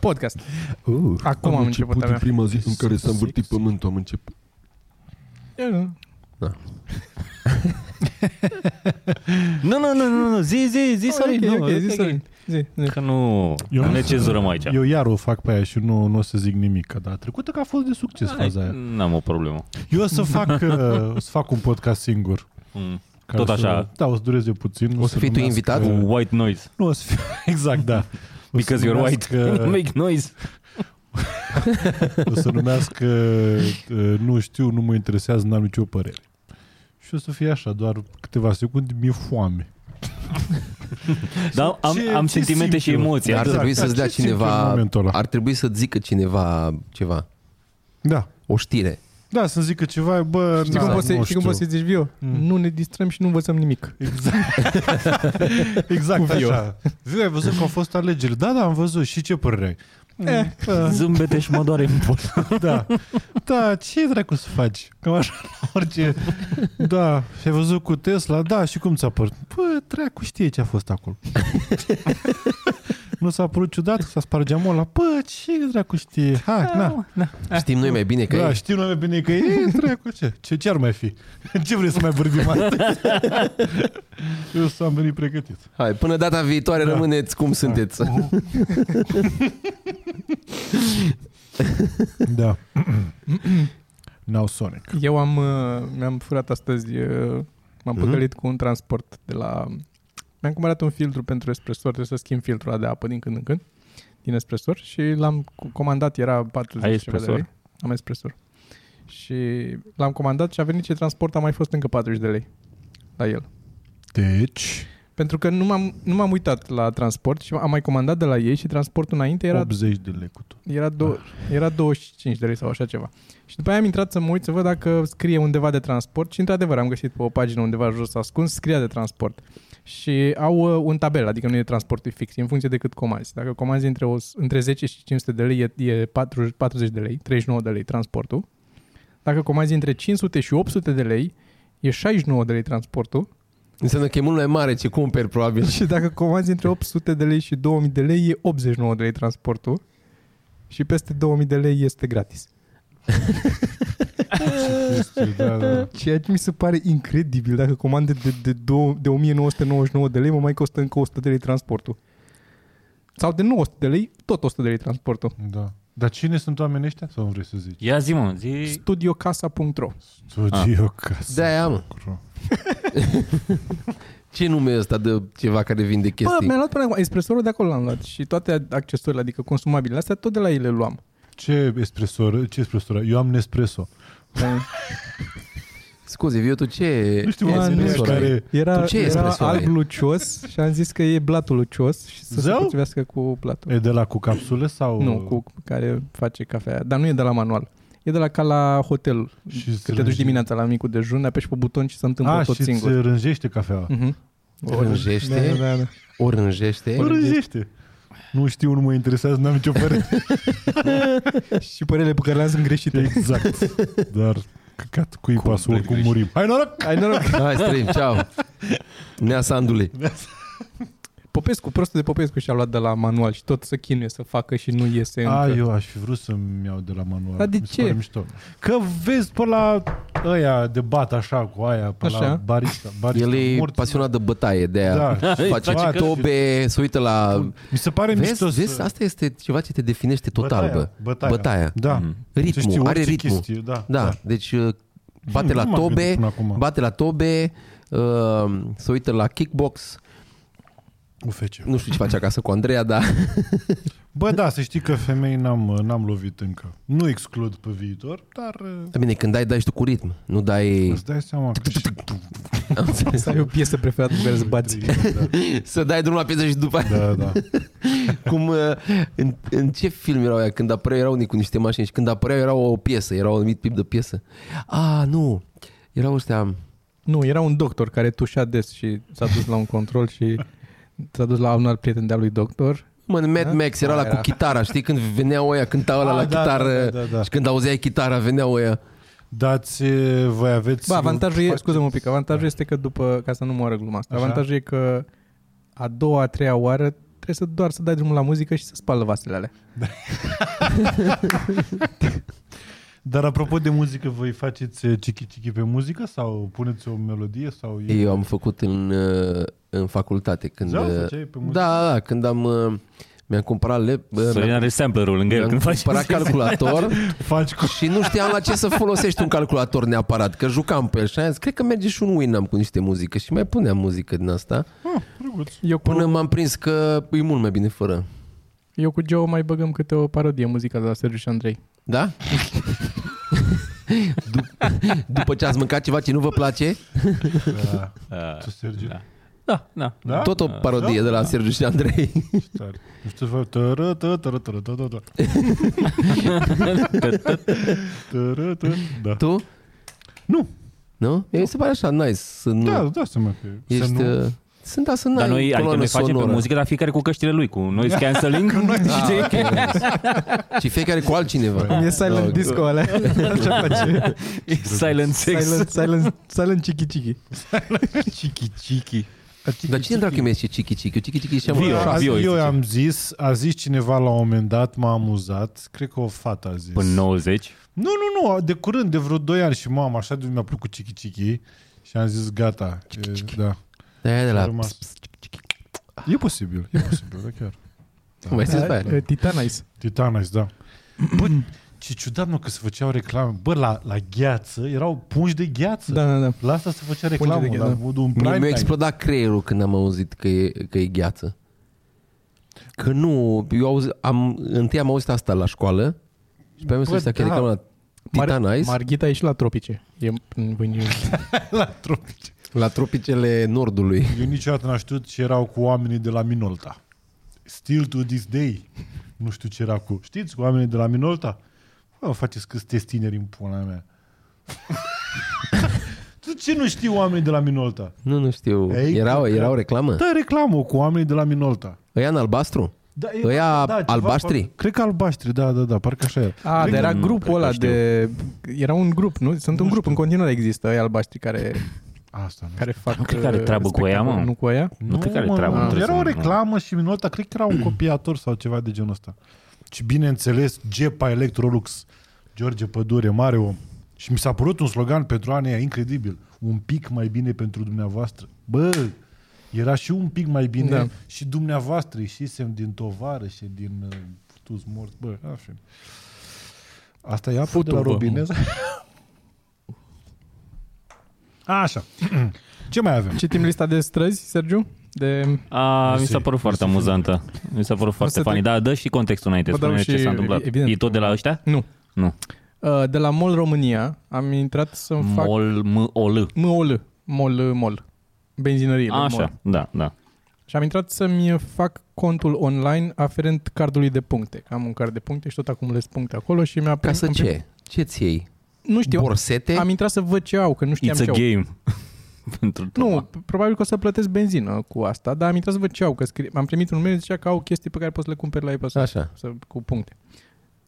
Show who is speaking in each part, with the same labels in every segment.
Speaker 1: Podcast.
Speaker 2: Uh,
Speaker 1: Acum am început a
Speaker 2: în
Speaker 1: mea.
Speaker 2: prima zi în care s-a învârtit
Speaker 3: Sexy.
Speaker 2: pământul, am început.
Speaker 4: Nu, nu, nu, nu, nu, zi, zi, zi,
Speaker 1: Oh,
Speaker 4: Sorin.
Speaker 1: ok,
Speaker 4: nu,
Speaker 1: ok, Da, zi, Sorin. Zi, zi.
Speaker 4: Că nu,
Speaker 3: Eu
Speaker 4: eu
Speaker 3: nu
Speaker 4: ne
Speaker 3: sunt-
Speaker 4: cenzurăm aici.
Speaker 3: Eu iar o fac pe aia și nu, nu o să zic nimic, dar trecută că a fost de succes
Speaker 4: Hai,
Speaker 3: faza aia.
Speaker 4: N-am o problemă.
Speaker 3: Eu o să fac, uh, o să fac un podcast singur.
Speaker 4: Mm.
Speaker 3: care
Speaker 4: Tot
Speaker 3: o să-
Speaker 4: așa.
Speaker 3: Da, o să dureze puțin.
Speaker 5: O să fii tu
Speaker 3: numească-
Speaker 5: invitat?
Speaker 4: Cu white noise.
Speaker 3: Nu, o să fiu, exact, da. O
Speaker 4: Because
Speaker 3: să
Speaker 4: you're
Speaker 3: numească-
Speaker 4: white. Make noise.
Speaker 3: O să numească, uh, nu știu, nu mă interesează, n-am nicio părere. Și o să fie așa, doar câteva secunde, mi-e foame.
Speaker 4: Dar am,
Speaker 3: Ce-
Speaker 4: am
Speaker 3: ce
Speaker 4: sentimente
Speaker 3: simt
Speaker 4: și
Speaker 3: eu?
Speaker 4: emoții.
Speaker 5: Ar
Speaker 3: Exact,
Speaker 5: trebui
Speaker 3: dar
Speaker 5: să-ți
Speaker 3: ce
Speaker 5: dea
Speaker 3: simt eu în
Speaker 5: cineva,
Speaker 3: momentul ăla?
Speaker 5: Da. ar trebui să zică cineva ceva,
Speaker 3: Da.
Speaker 5: o știre.
Speaker 3: Da, să-mi zică ceva, bă,
Speaker 1: Știi
Speaker 3: na,
Speaker 1: cum poți să-
Speaker 3: nu
Speaker 1: știi cum poți să
Speaker 3: știu.
Speaker 1: zici, Vio? Nu ne distrăm și nu învățăm nimic.
Speaker 3: Exact. exact
Speaker 1: Cu Vio.
Speaker 3: așa. Viu, ai văzut că au fost alegeri? Da, da, am văzut. Și ce părere ai?
Speaker 1: Eh,
Speaker 4: Zâmbete și mă doare în bol.
Speaker 3: Da. Da, ce dracu să faci? Cam așa, orice. Da, și ai văzut cu Tesla? Da, și cum ți-a părut? Bă, dracu știe ce a fost acolo. nu s-a părut ciudat că s-a spart geamul ăla? Bă, ce dracu știe? Hai, na.
Speaker 5: Știm noi mai bine că
Speaker 3: Da,
Speaker 5: e.
Speaker 3: știu noi bine că e, dracu, ce? Ce, ce ar mai fi? Ce vrei să mai vorbim astăzi? Eu s-am venit pregătit.
Speaker 5: Hai, până data viitoare rămâneți cum sunteți.
Speaker 3: Da. Now Sonic.
Speaker 1: Eu am, uh, mi-am furat astăzi, uh, m-am păcălit cu un transport de la... Mi-am cumpărat un filtru pentru espresor, trebuie să schimb filtrul ăla de apă din când în când, din espresor și l-am cu- comandat, era 40
Speaker 4: Ai
Speaker 1: și ceva de
Speaker 4: espresor?
Speaker 1: lei. Am espresor. Și l-am comandat și a venit ce transport a mai fost încă 40 de lei la el.
Speaker 3: Deci,
Speaker 1: Pentru că nu m-am, nu m-am uitat la transport și am mai comandat de la ei și transportul înainte
Speaker 3: Era...
Speaker 1: era
Speaker 3: 80 de lei cu tu.
Speaker 1: era, do- era 25 de lei sau așa ceva. Și după aia am intrat să mă uit să văd dacă scrie undeva de transport și într-adevăr am găsit pe o pagină undeva jos ascuns, scria de transport. Și au uh, un tabel, adică nu e transportul fix, e în funcție de cât comanzi. Dacă comanzi între, o, între 10 și 500 de lei, e, e 40, 40 de lei, 39 de lei transportul. Dacă comanzi între 500 și 800 de lei, e 69 de lei transportul.
Speaker 5: Înseamnă că e mult mai mare ce cumperi, probabil.
Speaker 1: Și dacă comanzi între 800 de lei și 2000 de lei, e 89 de lei transportul. Și peste 2000 de lei este gratis.
Speaker 3: Da, da.
Speaker 1: Ceea ce mi se pare incredibil, dacă comandă de, de, de, de 1999 de lei, mă mai costă încă 100 de lei transportul. Sau de 900 de lei, tot 100 de lei transportul.
Speaker 3: da. Dar cine sunt oamenii ăștia? Sau vrei să zici?
Speaker 4: Ia zi, mă, zi.
Speaker 1: Studiocasa.ro
Speaker 3: Studio casă.
Speaker 5: De-aia, mă.
Speaker 3: Lucru.
Speaker 5: Ce nume e ăsta de ceva care vinde
Speaker 1: Bă,
Speaker 5: chestii?
Speaker 1: mi-am luat până acum, espresorul de acolo l-am luat și toate accesoriile, adică consumabilele astea, tot de la ele luam.
Speaker 3: Ce espresor? Ce espresor? Eu am Nespresso.
Speaker 5: Scuze, Viu, tu ce...
Speaker 3: Nu știu,
Speaker 5: ce
Speaker 3: mă, nu
Speaker 5: espresor
Speaker 3: știu
Speaker 5: ai?
Speaker 3: care-
Speaker 1: Era,
Speaker 5: Tu ce
Speaker 1: era
Speaker 5: espresor ai?
Speaker 1: alb lucios și am zis că e blatul lucios și să
Speaker 3: Zău?
Speaker 1: se potrivească cu blatul.
Speaker 3: E de la cu capsule sau?
Speaker 1: Nu, cu care face cafea. Dar nu e de la manual. E de la ca la hotel.
Speaker 3: Și
Speaker 1: Și că Ah, te duci
Speaker 3: strângi.
Speaker 1: dimineața la micul dejun, apeși pe buton și se întâmplă
Speaker 3: A,
Speaker 1: tot
Speaker 3: și îți
Speaker 1: singur.
Speaker 3: rânjește cafeaua.
Speaker 1: Mhm.
Speaker 5: Orânjește,
Speaker 1: Da, da, da.
Speaker 3: Bă,
Speaker 5: orânjește.
Speaker 3: Rânjește. Nu știu, nu mă interesează, n-am nicio părere.
Speaker 1: Și părerile pe care le-am sunt greșite.
Speaker 3: exact. Dar căcat cu pasul, oricum
Speaker 4: greșit.
Speaker 3: murim. Hai noroc!
Speaker 1: Ai noroc.
Speaker 5: Hai, străim, ceau. Nea Sandule.
Speaker 1: Popescu, prostul de Popescu și-a luat de la manual și tot să chinuie să facă și nu iese
Speaker 3: A,
Speaker 1: încă.
Speaker 3: eu aș fi vrut să-mi iau de la manual.
Speaker 1: Dar de
Speaker 3: Mi se
Speaker 1: ce?
Speaker 3: pare Mișto. Că vezi pe la ăia de bat așa cu aia, pe așa. la
Speaker 1: Așa.
Speaker 3: barista. barista
Speaker 5: El e
Speaker 3: morți.
Speaker 5: pasionat de bătaie, de aia.
Speaker 3: Da,
Speaker 5: Face
Speaker 3: face
Speaker 5: tobe, se uită la...
Speaker 3: Mi se pare
Speaker 5: Vezi,
Speaker 3: mișto
Speaker 5: vezi,
Speaker 3: să...
Speaker 5: asta este ceva ce te definește total,
Speaker 3: bătaia,
Speaker 5: bă.
Speaker 3: Bătaia.
Speaker 5: Bătaia. Mm.
Speaker 3: Da. Să știi
Speaker 5: Ritmul,
Speaker 3: orice
Speaker 5: are ritmul.
Speaker 3: Chestie, da,
Speaker 5: Da, deci uh, bate
Speaker 3: Nu,
Speaker 5: la
Speaker 3: nu m-am
Speaker 5: tobe,
Speaker 3: gândit până acum.
Speaker 5: bate la tobe, uh, se uită la kickbox,
Speaker 3: Ufece.
Speaker 5: nu știu ce face acasă cu Andreea, dar
Speaker 3: Bă, da, să știi că femei n-am, n-am lovit încă. Nu exclud pe viitor, dar uh,
Speaker 5: bine, când dai, dai și tu cu ritm, nu dai...
Speaker 3: îți dai seama că și
Speaker 5: Am înțeles.
Speaker 1: Să ai o piesă preferată pe care să bați.
Speaker 5: Să dai drumul la piesă și după aia.
Speaker 3: Da, da.
Speaker 5: Cum, uh, în, în, ce film erau aia? Când apăreau erau unii cu niște mașini și când apăreau era o piesă, era un anumit tip de piesă. A, nu, erau ăștia...
Speaker 1: Nu, era un doctor care tușea des și s-a dus la un control și s-a dus la un alt prieten de-a lui doctor.
Speaker 5: Mă, în Mad Max era la
Speaker 1: Aia
Speaker 5: cu
Speaker 1: era.
Speaker 5: chitara, știi? Când veneau oia, cânta ăla
Speaker 3: Da? Ah,
Speaker 5: la
Speaker 3: da,
Speaker 5: chitară
Speaker 3: da, da, da, da.
Speaker 5: și când auzeai chitara, veneau oia.
Speaker 3: Dați, uh, voi aveți...
Speaker 1: Ba, avantajul e,
Speaker 3: faceți-
Speaker 1: scuze un pic, avantajul este că după, ca să nu moară gluma asta,
Speaker 3: Așa.
Speaker 1: avantajul e că a doua, a treia oară trebuie să doar să dai drumul la muzică și să spală vasele alea.
Speaker 3: Dar apropo de muzică, voi faceți eh, chichi-chichi pe muzică sau puneți o melodie sau... e-
Speaker 5: Eu am făcut în, uh, în facultate. Când,
Speaker 3: Zau,
Speaker 5: uh,
Speaker 3: făceai pe muzică?
Speaker 5: da, da, când am... uh, Mi-am cumpărat lep, uh,
Speaker 4: Sorin
Speaker 5: mi-am-
Speaker 4: are sampler-ul lângă el
Speaker 5: mi-am
Speaker 4: când faci.
Speaker 5: cumpărat calculator
Speaker 3: Faci cu...
Speaker 5: și nu știam la ce să folosești un calculator neapărat, că jucam pe el și am zis, cred că merge și un Winamp cu niște muzică și mai puneam muzică din asta,
Speaker 3: Ah, Drăguț.
Speaker 1: Eu cu,
Speaker 5: până m-am prins că e mult mai bine fără.
Speaker 1: eu cu Joe mai băgăm câte o parodie muzicală de la Sergiu și Andrei.
Speaker 5: Da? Dup- după ce ați mâncat ceva ce nu vă place,
Speaker 3: Da.
Speaker 4: Ah,
Speaker 3: Tu, Sergiu.
Speaker 4: da. Da, da.
Speaker 3: Da?
Speaker 5: tot o parodie de la Sergiu și Andrei.
Speaker 3: Tare. Nu știu să fac... Tără, tără, tără, tără, tără, tără.
Speaker 5: Eh,
Speaker 3: Tără, tără, Da.
Speaker 5: Tu?
Speaker 3: Nu.
Speaker 5: Nu? E, se pare așa, nice. Să nu...
Speaker 3: Da, da, seama că...
Speaker 5: Ești,
Speaker 3: Să nu...
Speaker 5: uh, Sunt, da, sunt
Speaker 4: Dar
Speaker 5: n-ai
Speaker 4: noi, adică
Speaker 5: coloană
Speaker 4: noi facem pe
Speaker 5: sonoră.
Speaker 4: muzică, dar fiecare cu căștile lui, cu noise cancelling.
Speaker 5: Ah, ok. Și fiecare cu altcineva.
Speaker 1: E silent
Speaker 5: Da,
Speaker 1: disco alea. Așa place.
Speaker 4: Silent sex.
Speaker 1: Silent, silent, silent chichi chichi.
Speaker 3: Chichi, chichi. Păi,
Speaker 5: Dar cine dracu îi merge Cichi Cichi? Eu Cichi Cichi și am
Speaker 4: Vio.
Speaker 5: Așa.
Speaker 3: Azi,
Speaker 4: Vio, îi
Speaker 3: eu
Speaker 4: zice.
Speaker 3: am zis, a zis cineva la un moment dat, m-a amuzat, cred că o fată a zis.
Speaker 4: Până 90.
Speaker 3: Nu, nu, nu, de curând, de vreo 2 ani și mama, așa de mi-a plăcut Chichi Chichi și am zis gata. E, da.
Speaker 5: De de
Speaker 3: A
Speaker 5: la...
Speaker 3: rămas. E posibil, e posibil, da chiar.
Speaker 5: Cum ai zis
Speaker 3: Da,
Speaker 1: Da,
Speaker 5: pe aia?
Speaker 1: uh, Titanice.
Speaker 3: Titanice, da. Bă, ce ciudat, mă, că se făceau reclame. Bă, la, la gheață, erau pungi de gheață.
Speaker 1: Da, da, da.
Speaker 3: La asta se
Speaker 1: Pungi
Speaker 3: făcea
Speaker 1: de
Speaker 3: reclamă,
Speaker 1: gheață,
Speaker 3: la
Speaker 1: da.
Speaker 3: modul un
Speaker 5: Mi-a
Speaker 3: prime
Speaker 5: mi-a
Speaker 3: time.
Speaker 5: explodat creierul când am auzit că e, că e gheață. Că nu, eu auzi, am, întâi am auzit asta la școală și pe
Speaker 3: Bă,
Speaker 5: mine că
Speaker 3: da.
Speaker 5: reclamă la Titan Ice,
Speaker 1: Marghita e și la tropice. E în Bunia.
Speaker 3: La tropici.
Speaker 5: la tropicele nordului.
Speaker 3: Eu niciodată n-am știut ce erau cu oamenii de la Minolta. Still to this day. Nu știu ce era cu... Știți, cu oamenii de la Minolta? Bă, faceți că sunteți tineri în pula mea. tu ce nu știi oamenii de la Minolta?
Speaker 5: Nu, nu știu.
Speaker 3: Ei,
Speaker 5: Erau,
Speaker 3: că-
Speaker 5: erau o reclamă?
Speaker 3: Da, reclamă cu oamenii de la Minolta.
Speaker 5: Ăia în albastru?
Speaker 3: Da, e-
Speaker 5: Ăia
Speaker 3: ceva
Speaker 5: albaștri?
Speaker 3: par- Cred că albaștri, da, da, da, parcă așa era.
Speaker 1: A, dar era
Speaker 4: nu,
Speaker 1: grupul
Speaker 4: cred că
Speaker 1: ăla
Speaker 4: știu.
Speaker 1: de... Mm, Era un grup, nu? Sunt un grup, în continuare există ei albaștri care,
Speaker 3: Asta, nu.
Speaker 1: care fac...
Speaker 4: Nu cred că are
Speaker 1: uh,
Speaker 4: treabă cu ea, mă.
Speaker 1: spectacol. Nu cu aia?
Speaker 4: Nu cred că are
Speaker 3: mă,
Speaker 4: treabă, nu trebuie
Speaker 3: Era
Speaker 4: să-
Speaker 3: o reclamă și Minolta, cred că era un copiator sau ceva de genul ăsta. Și bineînțeles, Gepa Electrolux, George Pădure, mare om. Și mi s-a părut un slogan pentru anii aia incredibil. Un pic mai bine pentru dumneavoastră. Bă, era și un pic mai bine
Speaker 1: Da.
Speaker 3: da. și dumneavoastră ieșisem din tovară și din uh, tu mort. Bă, așa. Asta e apă de
Speaker 1: Futu,
Speaker 3: la
Speaker 1: bă.
Speaker 3: robinet. Așa. Ce mai avem?
Speaker 1: Citim lista de străzi, Sergiu? De...
Speaker 4: A, mi
Speaker 3: Mersi.
Speaker 4: s-a părut foarte amuzantă. Mi s-a părut
Speaker 1: să
Speaker 4: foarte
Speaker 1: te-
Speaker 4: funny. Da, dă și contextul înainte.
Speaker 1: Vă dau
Speaker 4: Spune ce
Speaker 1: și-
Speaker 4: s-a întâmplat.
Speaker 1: evident.
Speaker 4: E tot de la ăștia?
Speaker 1: Nu.
Speaker 4: Nu.
Speaker 1: Uh, De la Mol România am intrat să-mi fac...
Speaker 4: Mol, m o l
Speaker 1: MOL. MOL, MOL. Benzinărie.
Speaker 4: Așa, da, da.
Speaker 1: Și am intrat să-mi fac contul online aferent cardului de puncte. Am un card de puncte și tot acumulez puncte acolo și mi-a...
Speaker 5: Ca
Speaker 1: prim-
Speaker 5: să
Speaker 1: am prim-
Speaker 5: ce? Ce ți iei?
Speaker 1: Nu știu.
Speaker 5: Borsete?
Speaker 1: Am intrat să văd ce au, că nu știam
Speaker 4: It's a
Speaker 1: ce au.
Speaker 4: game. Pentru
Speaker 1: Nu,
Speaker 4: Toma.
Speaker 1: p- probabil că o să plătesc benzină cu asta, dar am intrat să văd ce au, că scrie, am primit un mail zicea că au chestii pe care poți să le cumperi la ei pe să,
Speaker 5: Așa.
Speaker 1: să, cu puncte.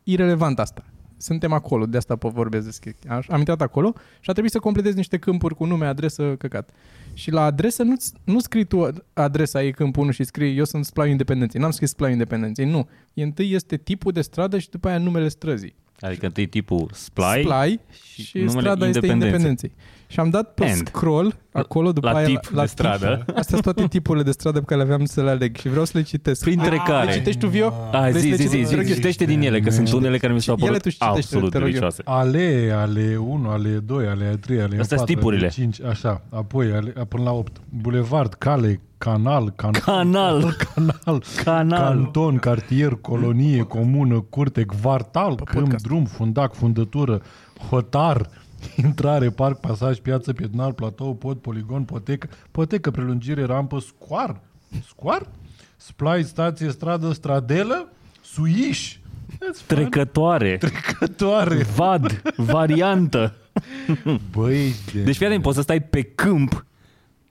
Speaker 1: Irelevant asta. Suntem acolo, de asta pe vorbesc despre chestia. Aș- Am intrat acolo și a trebuit să completez niște câmpuri cu nume, adresă, căcat. Și la adresă nu, nu scrii tu adresa ei câmpul 1 și scrii eu sunt Splaiu Independenței. N-am scris Splaiu Independenței, nu. E, întâi este tipul de stradă și după aia numele străzii.
Speaker 4: Adică întâi tipul Splai,
Speaker 1: Splai
Speaker 4: și
Speaker 1: și,
Speaker 4: numele
Speaker 1: strada este
Speaker 4: Independenței.
Speaker 1: Independenței. Și am dat pe
Speaker 4: And.
Speaker 1: scroll acolo, după
Speaker 4: la
Speaker 1: aia
Speaker 4: tip
Speaker 1: la
Speaker 4: de stradă.
Speaker 1: Astea sunt toate tipurile de stradă pe care le aveam să le aleg și vreau să le citesc. Ah,
Speaker 4: Printre care?
Speaker 1: Le citești tu, Vio?
Speaker 4: A,
Speaker 1: Vrei
Speaker 4: Ah, zi,
Speaker 1: să
Speaker 4: zi,
Speaker 1: le
Speaker 4: zi,
Speaker 1: citesc?
Speaker 4: zi, citește din ele, că sunt unele care mi s-au
Speaker 1: Ele
Speaker 4: părut
Speaker 1: tu citește,
Speaker 4: absolut
Speaker 1: te rog eu.
Speaker 4: delicioase.
Speaker 3: Ale, ale 1, ale 2, ale 3, ale 4,
Speaker 4: Astea sunt tipurile.
Speaker 3: ale 5, așa, apoi ale, până la 8. Bulevard, cale, canal, can,
Speaker 4: Canal,
Speaker 3: canal,
Speaker 4: canal.
Speaker 3: canton, cartier, colonie, comună, curte, quartal, câmp,
Speaker 1: podcast.
Speaker 3: drum, fundac, fundătură, hotar, intrare, parc, pasaj, piață, pietonal, platou, pod, poligon, potecă, potecă, prelungire, rampă, scoar, scoar, splai, stație, stradă, stradelă, suiș,
Speaker 4: Trecătoare,
Speaker 3: trecătoare.
Speaker 4: vad, variantă.
Speaker 3: Băi, ești de...
Speaker 4: Deci fii atent, poți să stai pe câmp,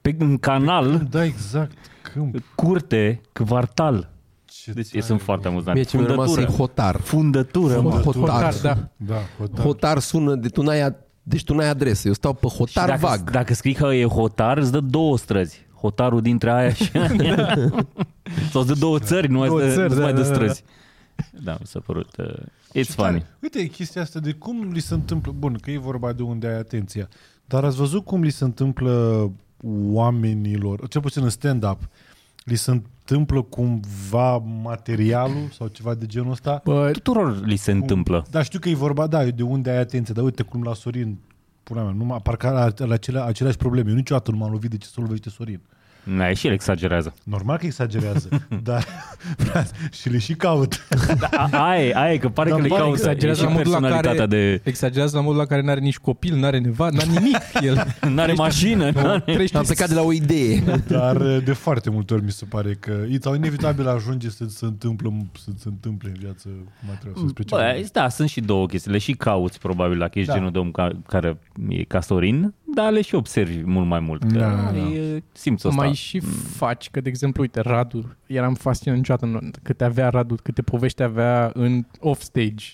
Speaker 4: pe un canal,
Speaker 3: Da, exact. Câmp.
Speaker 4: curte, quartal.
Speaker 3: Ce
Speaker 4: Deci sunt foarte amuzant.
Speaker 5: Mie ce mi-a rămas e
Speaker 4: Fundătură.
Speaker 5: hotar.
Speaker 4: Fundătură, mă.
Speaker 1: Hotar,
Speaker 5: Hotar.
Speaker 1: da.
Speaker 3: Da, hotar.
Speaker 5: Hotar sună, de tu n-ai, ad- deci tu n-ai adresă. Eu stau pe
Speaker 4: Și
Speaker 5: hotar
Speaker 4: dacă,
Speaker 5: vag.
Speaker 4: dacă scrii că e hotar, îți dă două străzi. hotarul dintre aia și aia. Sau de două țări, nu mai
Speaker 1: Două
Speaker 4: de,
Speaker 1: țări,
Speaker 4: țări,
Speaker 1: da,
Speaker 4: mai
Speaker 1: da,
Speaker 4: de
Speaker 1: da, da.
Speaker 4: străzi. Da, mi s-a părut. Uh, it's
Speaker 3: Și tare.
Speaker 4: funny.
Speaker 3: Uite, e chestia asta de cum li se întâmplă, bun, că e vorba de unde ai atenția, dar ați văzut cum li se întâmplă oamenilor, cel puțin în stand-up, li se întâmplă cumva materialul sau ceva de genul ăsta?
Speaker 1: Bă,
Speaker 4: Tuturor li se întâmplă.
Speaker 3: Dar știu că e vorba, da, de unde ai atenție, dar uite cum la Sorin, pula mea, numai, parcă are la acele, aceleași probleme. Eu niciodată nu m-am lovit de ce se lovește Sorin.
Speaker 4: Da, și el exagerează.
Speaker 3: Normal că exagerează, dar și le și caut.
Speaker 4: Da, a- aia, e, aia e, că pare
Speaker 3: Dar
Speaker 4: că le
Speaker 3: pare
Speaker 4: caută. E
Speaker 1: Da, exagerează
Speaker 4: și
Speaker 1: la modul la care
Speaker 4: personalitatea de...
Speaker 1: exagerează la modul la care n-are nici copil, n-are nevastă, n-are nimic el.
Speaker 4: N-are mașină, n-are...
Speaker 1: Treci
Speaker 5: Am plecat de la o idee.
Speaker 3: Dar eh, de foarte multe ori mi se pare că sau inevitabil ajunge să se întâmplă, să se întâmple în viață cum ar trebui să special.
Speaker 4: Bă, da, sunt și două chestii. Le și cauți, probabil, dacă ești
Speaker 3: Da.
Speaker 4: da. genul de om ca, care e casorin, dar le și observi mult mai mult.
Speaker 3: Da,
Speaker 4: Da,
Speaker 3: da.
Speaker 4: da. E, simți asta.
Speaker 1: Mai și faci, că de exemplu, uite, Radu, eram fascinat niciodată în- câte avea Radu, câte povești avea în offstage,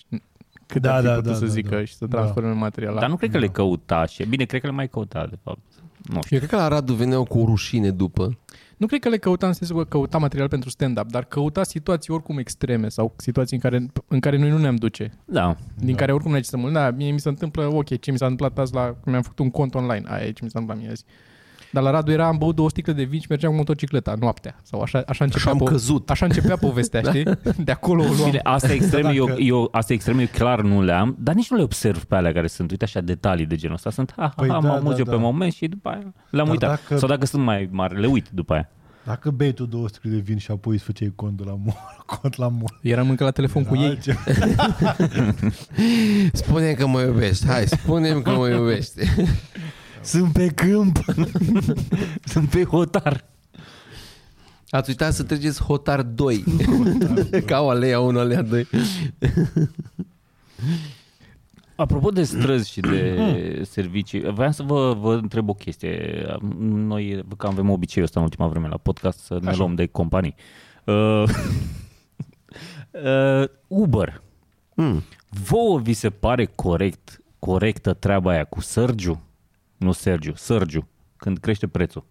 Speaker 1: cât
Speaker 3: Da,
Speaker 1: ar fi
Speaker 3: da,
Speaker 1: putut
Speaker 3: da,
Speaker 1: să
Speaker 3: da,
Speaker 1: zică
Speaker 3: da.
Speaker 1: și să transforme în material.
Speaker 4: Dar nu cred că le căuta și... Bine, cred că le mai căuta, de fapt. Nu știu.
Speaker 5: Eu cred că la Radu veneau cu o rușine după.
Speaker 1: Nu cred că le căuta în sensul că căuta material pentru stand-up, dar căuta situații oricum extreme sau situații în care, în care noi nu ne-am duce,
Speaker 4: Da.
Speaker 1: din care oricum ne să mult. Da, mie mi se întâmplă, ok, ce mi s-a întâmplat azi la, când mi-am făcut un cont online, aia e ce mi s-a întâmplat mie azi. Dar la Radu era, am băut două sticle de vin și mergeam cu motocicleta noaptea. Sau așa, așa
Speaker 5: Și
Speaker 1: începea,
Speaker 5: am
Speaker 1: po-
Speaker 5: căzut.
Speaker 1: așa începea povestea,
Speaker 3: Da.
Speaker 1: știi? De acolo o luam.
Speaker 4: Bine, asta extrem,
Speaker 3: Dacă-
Speaker 4: eu, eu, asta extrem, eu clar nu le am, dar nici nu le observ pe alea care sunt, uite așa, detalii de genul ăsta. Sunt, ha, ha,
Speaker 3: Păi
Speaker 4: ha,
Speaker 3: da,
Speaker 4: m-am
Speaker 3: da,
Speaker 4: da, eu
Speaker 3: da.
Speaker 4: pe moment și după aia le-am
Speaker 3: Dar
Speaker 4: uitat.
Speaker 3: dacă-
Speaker 4: Sau dacă sunt mai mari, le uit după aia.
Speaker 3: Dacă bei tu două sticle de vin și apoi îți făceai contul la mor, cont la mor.
Speaker 1: Eram încă la telefon cu ei.
Speaker 3: Altceva.
Speaker 5: Spune că mă iubești. Hai, spune că mă iubești.
Speaker 4: Sunt pe câmp! sunt pe hotar!
Speaker 5: Ați uitat să treceți hotar 2. Ca o alea 1, alea 2.
Speaker 4: Apropo de străzi și
Speaker 5: Mm.
Speaker 4: de servicii, vreau să vă, vă întreb o chestie. Noi că avem obiceiul ăsta în ultima vreme la podcast să ne luăm de companii. Uh, uh, Uber.
Speaker 5: Mm.
Speaker 4: Vouă vi se pare corect, corectă treaba aia cu Sărgiu? Nu Sergiu, Sărgiu, când crește prețul.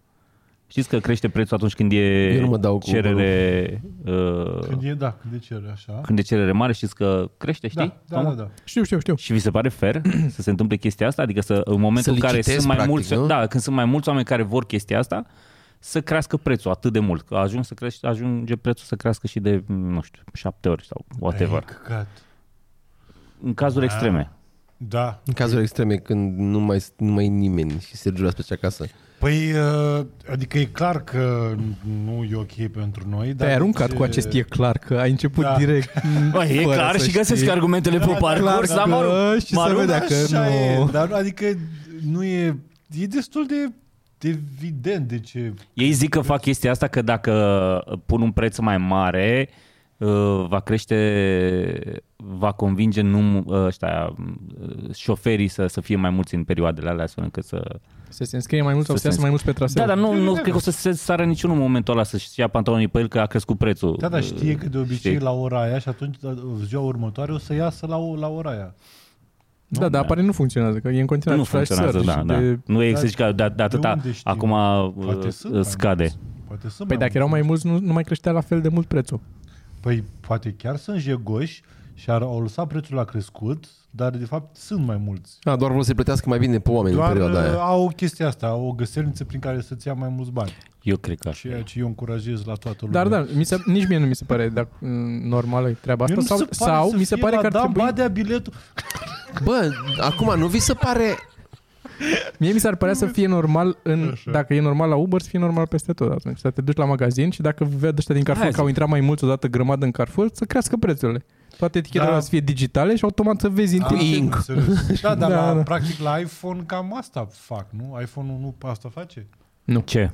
Speaker 4: Știți că crește prețul atunci când e
Speaker 5: Eu nu mă dau cu
Speaker 4: cerere, uh,
Speaker 3: Când e, da, când e cer, așa.
Speaker 4: când e cerere mare, știți că crește, știi?
Speaker 3: Da, da,
Speaker 4: Sau-
Speaker 3: da, da.
Speaker 1: Știu, știu, știu.
Speaker 4: și vi se pare fair să se întâmple chestia asta? Adică să, în momentul
Speaker 5: Să
Speaker 4: în care
Speaker 5: licitezi,
Speaker 4: sunt mai
Speaker 5: practic,
Speaker 4: mulți,
Speaker 5: nu?
Speaker 4: da, când sunt mai mulți oameni care vor chestia asta, să crească prețul atât de mult, că ajung să crește, ajunge prețul să crească și de, nu știu, șapte ori sau whatever.
Speaker 3: Ai
Speaker 1: Păi,
Speaker 3: căcat.
Speaker 4: În cazuri extreme.
Speaker 3: Da.
Speaker 5: În cazuri extreme, când nu mai, nu mai e nimeni și Sergiu l-a spus acasă.
Speaker 3: Păi, uh, adică e clar că nu e ok pentru noi. Dar
Speaker 1: Te-ai aruncat
Speaker 3: deci,
Speaker 1: Păi, cu acest e clar că ai început
Speaker 3: Da.
Speaker 1: direct.
Speaker 4: Băi, e
Speaker 1: fără
Speaker 4: clar
Speaker 1: să
Speaker 4: și găsesc
Speaker 1: știi. Da,
Speaker 4: argumentele pe
Speaker 1: Clar
Speaker 4: parcurs,
Speaker 1: că
Speaker 4: dar Da, mă rog,
Speaker 1: și să vedea că
Speaker 3: Așa
Speaker 1: nu...
Speaker 3: e, dar nu- adică nu e, e destul de evident de ce.
Speaker 4: Ei zic că fac chestia asta că dacă uh, pun un preț mai mare, uh, va crește, va convinge num, uh, ăștia, uh, șoferii să, să fie mai mulți în perioadele alea, astfel încât să...
Speaker 1: Să se înscrie mai mult sau
Speaker 4: Să
Speaker 1: să
Speaker 4: se
Speaker 1: iasă mai mult pe traseu.
Speaker 4: Da, dar nu, nu cred că o să se sară niciunul în momentul ăla să-și ia pantalonii pe el că a crescut prețul. Uh,
Speaker 3: Da, dar știe că de obicei
Speaker 4: știi.
Speaker 3: la ora aia și atunci da, ziua următoare o să iasă la, o- la ora aia.
Speaker 1: Da, da, apare nu funcționează, că e în continuare
Speaker 4: Nu
Speaker 1: flash
Speaker 4: funcționează,
Speaker 1: search
Speaker 4: da, da.
Speaker 1: de-
Speaker 4: Nu e zici că de, de atâta,
Speaker 3: unde știi?
Speaker 4: acum
Speaker 3: Poate
Speaker 4: uh,
Speaker 3: sunt mai
Speaker 4: scade.
Speaker 3: mulți. Poate sunt
Speaker 1: Păi dacă erau mai mulți, nu, nu mai creștea la fel de mult prețul.
Speaker 3: Păi poate chiar sunt jegoși și ar, au lăsat prețul la crescut, dar de fapt sunt mai mulți.
Speaker 5: A, Da, doar vreau să plătească mai bine pe oameni în
Speaker 3: Doar
Speaker 5: perioada
Speaker 3: uh,
Speaker 5: aia.
Speaker 3: au chestia asta, au o găselniță prin care să-ți ia mai mulți bani.
Speaker 4: Eu cred că așa.
Speaker 3: Ceea ce eu încurajez la toată lumea.
Speaker 1: Dar da, mi se, nici mie nu mi se pare dacă, m, normală treaba
Speaker 3: Mie
Speaker 1: asta.
Speaker 3: nu
Speaker 1: Sau,
Speaker 3: se pare
Speaker 1: sau
Speaker 3: să
Speaker 1: mi se
Speaker 3: fie
Speaker 1: pare
Speaker 3: la
Speaker 1: că ar
Speaker 3: Dan
Speaker 1: trebui...
Speaker 3: Badea biletul.
Speaker 5: Bă, acum nu vi se pare...
Speaker 1: Mie mi s-ar părea să fie normal, în, dacă e normal la Uber, să fie normal peste tot atunci. Să te duci la magazin și dacă vezi ăștia din Carrefour
Speaker 4: Hai
Speaker 1: că au
Speaker 4: să-
Speaker 1: intrat mai mulți odată grămadă în Carrefour, să crească prețurile. Toate etichetele
Speaker 3: Da.
Speaker 1: da. să fie digitale și automat să vezi
Speaker 4: Da.
Speaker 1: în
Speaker 3: Ah,
Speaker 1: timp.
Speaker 5: ink.
Speaker 3: am înțeles. Da, dar
Speaker 1: Da,
Speaker 3: la,
Speaker 1: da.
Speaker 3: practic la iPhone cam asta fac, nu? iPhone-ul nu asta face?
Speaker 4: Ce?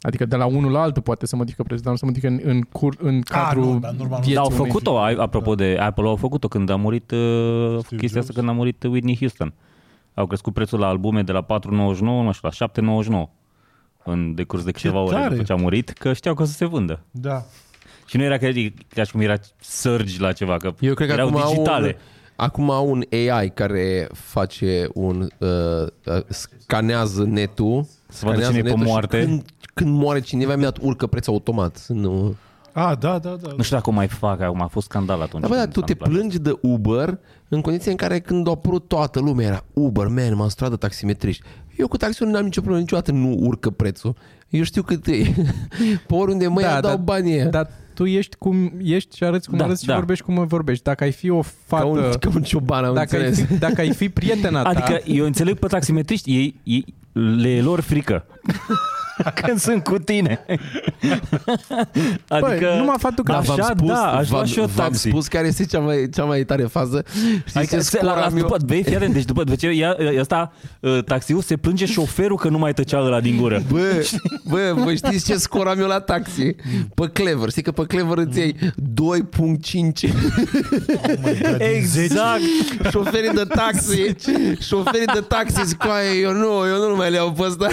Speaker 1: Adică de la unul la altul poate să modifică prețul, dar nu să modifică în, în, cur, în cadrul
Speaker 3: Ah, nu, dar normal nu.
Speaker 1: vieții
Speaker 4: Dar au
Speaker 1: unui-
Speaker 4: făcut-o, ai- apropo de Apple, au făcut-o când a murit uh, chestia
Speaker 3: Da. Jobs.
Speaker 4: asta, când a murit Whitney Houston. Au crescut prețul la albume de la 4,99, nu știu, la 7,99 în decurs de câteva ore
Speaker 3: tare!
Speaker 4: după ce a murit, că știau că o să se vândă.
Speaker 3: Da.
Speaker 4: Și nu era ca, ca și cum era surge la ceva, că
Speaker 5: Eu cred că
Speaker 4: erau
Speaker 5: acum
Speaker 4: digitale.
Speaker 5: Au, Acum au un AI care face un... Uh, uh, scanează netul.
Speaker 4: vadă
Speaker 5: scanează
Speaker 4: cine e pe
Speaker 5: netul și
Speaker 4: moarte.
Speaker 5: Când, când moare cineva, mi-a urcă preț automat. Nu.
Speaker 3: A, da, da, da.
Speaker 4: Nu știu dacă o mai fac acum, a fost scandal atunci.
Speaker 5: Dar Da, bă, dar
Speaker 4: când
Speaker 5: tu
Speaker 4: s-a
Speaker 5: te
Speaker 4: întâmplat.
Speaker 5: plângi de Uber în condiții în care când a apărut toată lumea era Uber, man, m-am stradă taximetriști. Eu cu taxiul n-am nicio problemă, niciodată nu urcă prețul. Eu știu cât e. Pe oriunde mă da, dau banii ăia.
Speaker 1: Dar tu ești cum ești și arăți cum
Speaker 4: Da,
Speaker 1: da, arăți și
Speaker 4: da.
Speaker 1: vorbești cum vorbești. Dacă ai fi o
Speaker 5: ca,
Speaker 1: fată...
Speaker 5: un, ca un cioban, am
Speaker 1: dacă, ai
Speaker 5: înțeles.
Speaker 1: fi, dacă ai fi prietena ta...
Speaker 4: Adică eu înțeleg pe taximetriști, ei, ei le e lor frică. Când sunt cu tine. adică,
Speaker 1: numai faptul că-
Speaker 5: Dar
Speaker 4: așa,
Speaker 5: v-am spus,
Speaker 4: da, aș lua
Speaker 5: v-am,
Speaker 4: și eu
Speaker 5: v-am
Speaker 4: taxi.
Speaker 5: spus care este cea mai, cea mai tare fază. Știți
Speaker 4: Adică,
Speaker 5: ce
Speaker 4: se, la, la,
Speaker 5: scoram eu?
Speaker 4: după, băi, fii atent, deci după, după ce ia, ăsta, ă, taxiul se plânge șoferul că nu mai tăcea ăla din gură.
Speaker 5: Bă, bă, bă, știți ce scor am eu la taxi? Pe Clever. Știi că pe Clever îți iei 2.5.
Speaker 4: Exact!
Speaker 5: Șoferii de taxi Șoferii de taxi scoaie Eu nu, eu nu mai le iau pe ăsta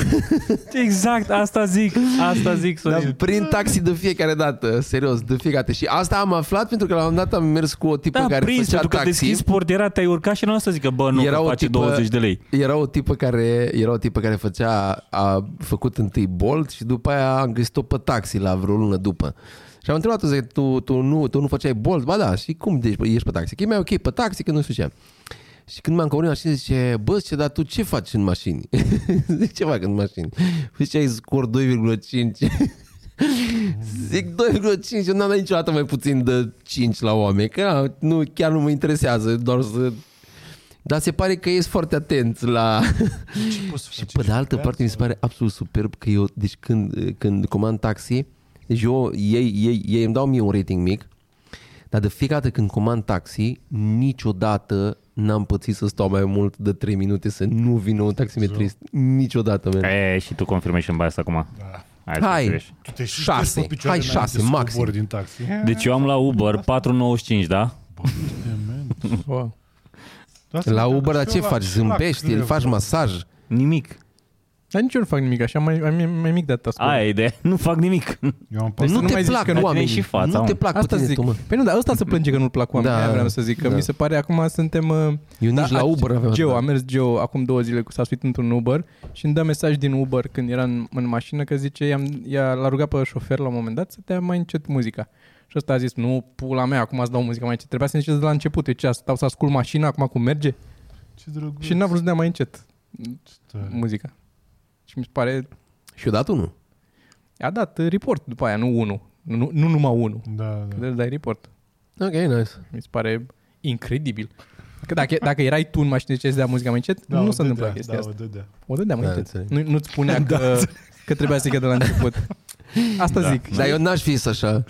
Speaker 4: Exact, asta zic, asta zic,
Speaker 5: Dar
Speaker 4: Sorin.
Speaker 5: prin taxi de fiecare dată Serios, de fiecare dată Și asta am aflat pentru că la un moment dat am mers cu o tipă
Speaker 4: Da,
Speaker 5: care
Speaker 4: prins,
Speaker 5: făcea
Speaker 4: pentru că
Speaker 5: taxi
Speaker 4: deschizi portiera, te-ai urcat și nu o să zică, bă, nu, că face 20 de lei.
Speaker 5: Era o tipă care, era o tipă care făcea, a făcut întâi Bolt și după aia am găsit-o pe taxi la vreo lună după. Și am întrebat-o, zic, tu, tu, nu, tu nu făceai Bolt? Ba da, și cum deci, ești pe taxi? Că e mai ok pe taxi, că nu știu ce. Și când m-am coborât în mașină, zice, bă, zice, dar tu ce faci în mașini? zic, ce fac în mașini? Păi Zice, ai scor 2,5. Zic 2,5, eu n-am dat niciodată mai puțin de 5 la oameni, că na, nu, chiar nu mă interesează, doar să... Dar se pare că ești foarte atent la... Și pe de altă parte mi se pare absolut superb că eu, deci când, când comand taxi, deci eu, ei, ei, ei îmi dau mie un rating mic, dar de fiecare dată când comand taxi, niciodată n-am pățit să stau mai mult de 3 minute să nu vină un taximetrist. Niciodată, man.
Speaker 4: E, și tu confirmation bias acum.
Speaker 3: Da.
Speaker 4: Hai.
Speaker 5: Da. Hai.
Speaker 4: să treci.
Speaker 3: Tu te și
Speaker 5: Șase.
Speaker 3: șase. Pe picioare
Speaker 5: Hai
Speaker 3: înainte
Speaker 5: șase,
Speaker 3: să
Speaker 5: maxim.
Speaker 3: cobori din taxi.
Speaker 4: Deci eu am la Uber 4,95, da?
Speaker 1: Wow.
Speaker 3: Lasă-mă
Speaker 5: La
Speaker 3: că
Speaker 5: Uber, dar
Speaker 3: și
Speaker 5: ce
Speaker 3: eu la-
Speaker 5: faci?
Speaker 3: și eu la
Speaker 5: Zâmbești, îl
Speaker 3: Clever.
Speaker 5: faci masaj?
Speaker 4: Nimic.
Speaker 1: Dar nici eu nu fac nimic așa, mai, mai, mai mic de atâta scor.
Speaker 4: Aia e ideea. Nu fac nimic.
Speaker 3: Eu am
Speaker 5: Deci
Speaker 3: pas.
Speaker 5: nu,
Speaker 1: nu
Speaker 5: te
Speaker 1: mai zici
Speaker 5: plac
Speaker 1: că nu-
Speaker 5: oamenii.
Speaker 4: și fața,
Speaker 5: nu
Speaker 4: mă.
Speaker 5: te plac
Speaker 1: Asta
Speaker 5: pe tine,
Speaker 1: zic.
Speaker 5: tu, mă.
Speaker 1: Păi nu, dar ăsta se plânge că nu-l plac oamenii,
Speaker 5: Da.
Speaker 1: da, vreau să zic. Că
Speaker 5: Da.
Speaker 1: mi se pare, acum suntem... uh,
Speaker 5: Eu nici la
Speaker 1: a-
Speaker 5: Uber aveam
Speaker 1: Geo,
Speaker 5: asta.
Speaker 1: a mers Geo acum două zile, cu s-a suit într-un Uber și îmi dă mesaj din Uber când era în, în mașină că zice, i-am, i-a, l-a rugat pe șofer la un moment dat să dea mai încet muzica. Și ăsta a zis, nu, pula mea, acum îți dau muzica mai încet. Trebuia să încerc de la început, e ce, stau să ascult mașina, acum cum merge?
Speaker 3: Ce drăguț. Da,
Speaker 1: Și n-a vrut să dea mai încet
Speaker 3: ce tare.
Speaker 1: muzica. Și mi se pare,
Speaker 5: Și eu dat unul.
Speaker 1: a dat uh, report după aia, nu unul. Nu, nu numai unul.
Speaker 3: Da,
Speaker 1: Că
Speaker 3: da.
Speaker 1: dai report.
Speaker 5: Ok, nice.
Speaker 1: Mi se pare incredibil. Că dacă, dacă erai tu în mașină și de muzica mai încet,
Speaker 3: Da,
Speaker 1: nu
Speaker 3: o
Speaker 1: se întâmpla
Speaker 3: dădea,
Speaker 1: chestia
Speaker 3: da,
Speaker 1: asta.
Speaker 3: o dădea.
Speaker 1: O dădeam
Speaker 5: Da,
Speaker 1: da, încet.
Speaker 5: înțeleg.
Speaker 1: Nu, nu-ți spunea că, că trebuia să-i că de la început. Asta da. zic.
Speaker 5: Dar eu n-aș fi să așa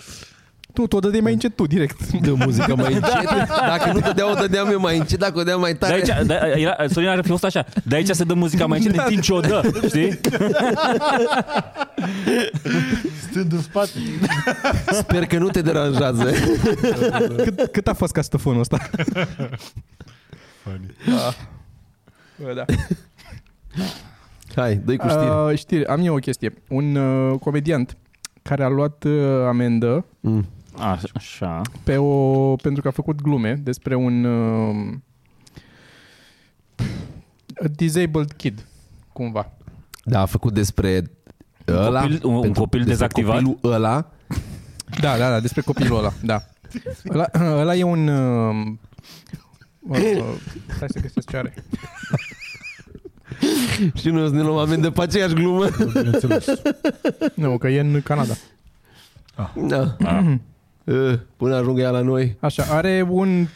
Speaker 1: Tu, tu o dădeai mai încet tu, direct.
Speaker 5: de muzică mai
Speaker 4: Da.
Speaker 5: încet. Dacă nu dădeau, dădeam eu mai încet, dacă o dădeam mai
Speaker 4: De
Speaker 5: tare.
Speaker 4: aici, de, era, Sorin ar fi fost așa. De aici se dă muzica mai încet în timp ce o dă,
Speaker 1: Da.
Speaker 4: știi?
Speaker 3: Stând în spate.
Speaker 5: Sper că nu te deranjează.
Speaker 1: Cât, cât a fost castofonul ăsta?
Speaker 3: Funny.
Speaker 1: Bă, da.
Speaker 5: Hai, dă cu știri.
Speaker 1: Uh, știri. Am eu o chestie. Un uh, comediant care a luat uh, amendă
Speaker 5: Mm.
Speaker 4: Așa.
Speaker 1: pe o, pentru că a făcut glume despre un uh, a disabled kid, cumva.
Speaker 5: Da, a făcut despre ăla.
Speaker 4: copil- un- un
Speaker 5: pentru-
Speaker 4: copil
Speaker 5: despre
Speaker 4: dezactivat?
Speaker 5: Copilul ăla.
Speaker 1: Da, da, da, despre copilul ăla, da. Ăla, ăla e un... Uh, uh, stai să găsesc ce are.
Speaker 5: Și noi ne luăm amendă pe aceeași glumă.
Speaker 3: Da, Bineînțeles.
Speaker 1: Nu, că e în Canada.
Speaker 5: Da.
Speaker 4: Ah.
Speaker 5: Uh, Până ajungă ea la noi.
Speaker 1: Așa, are un,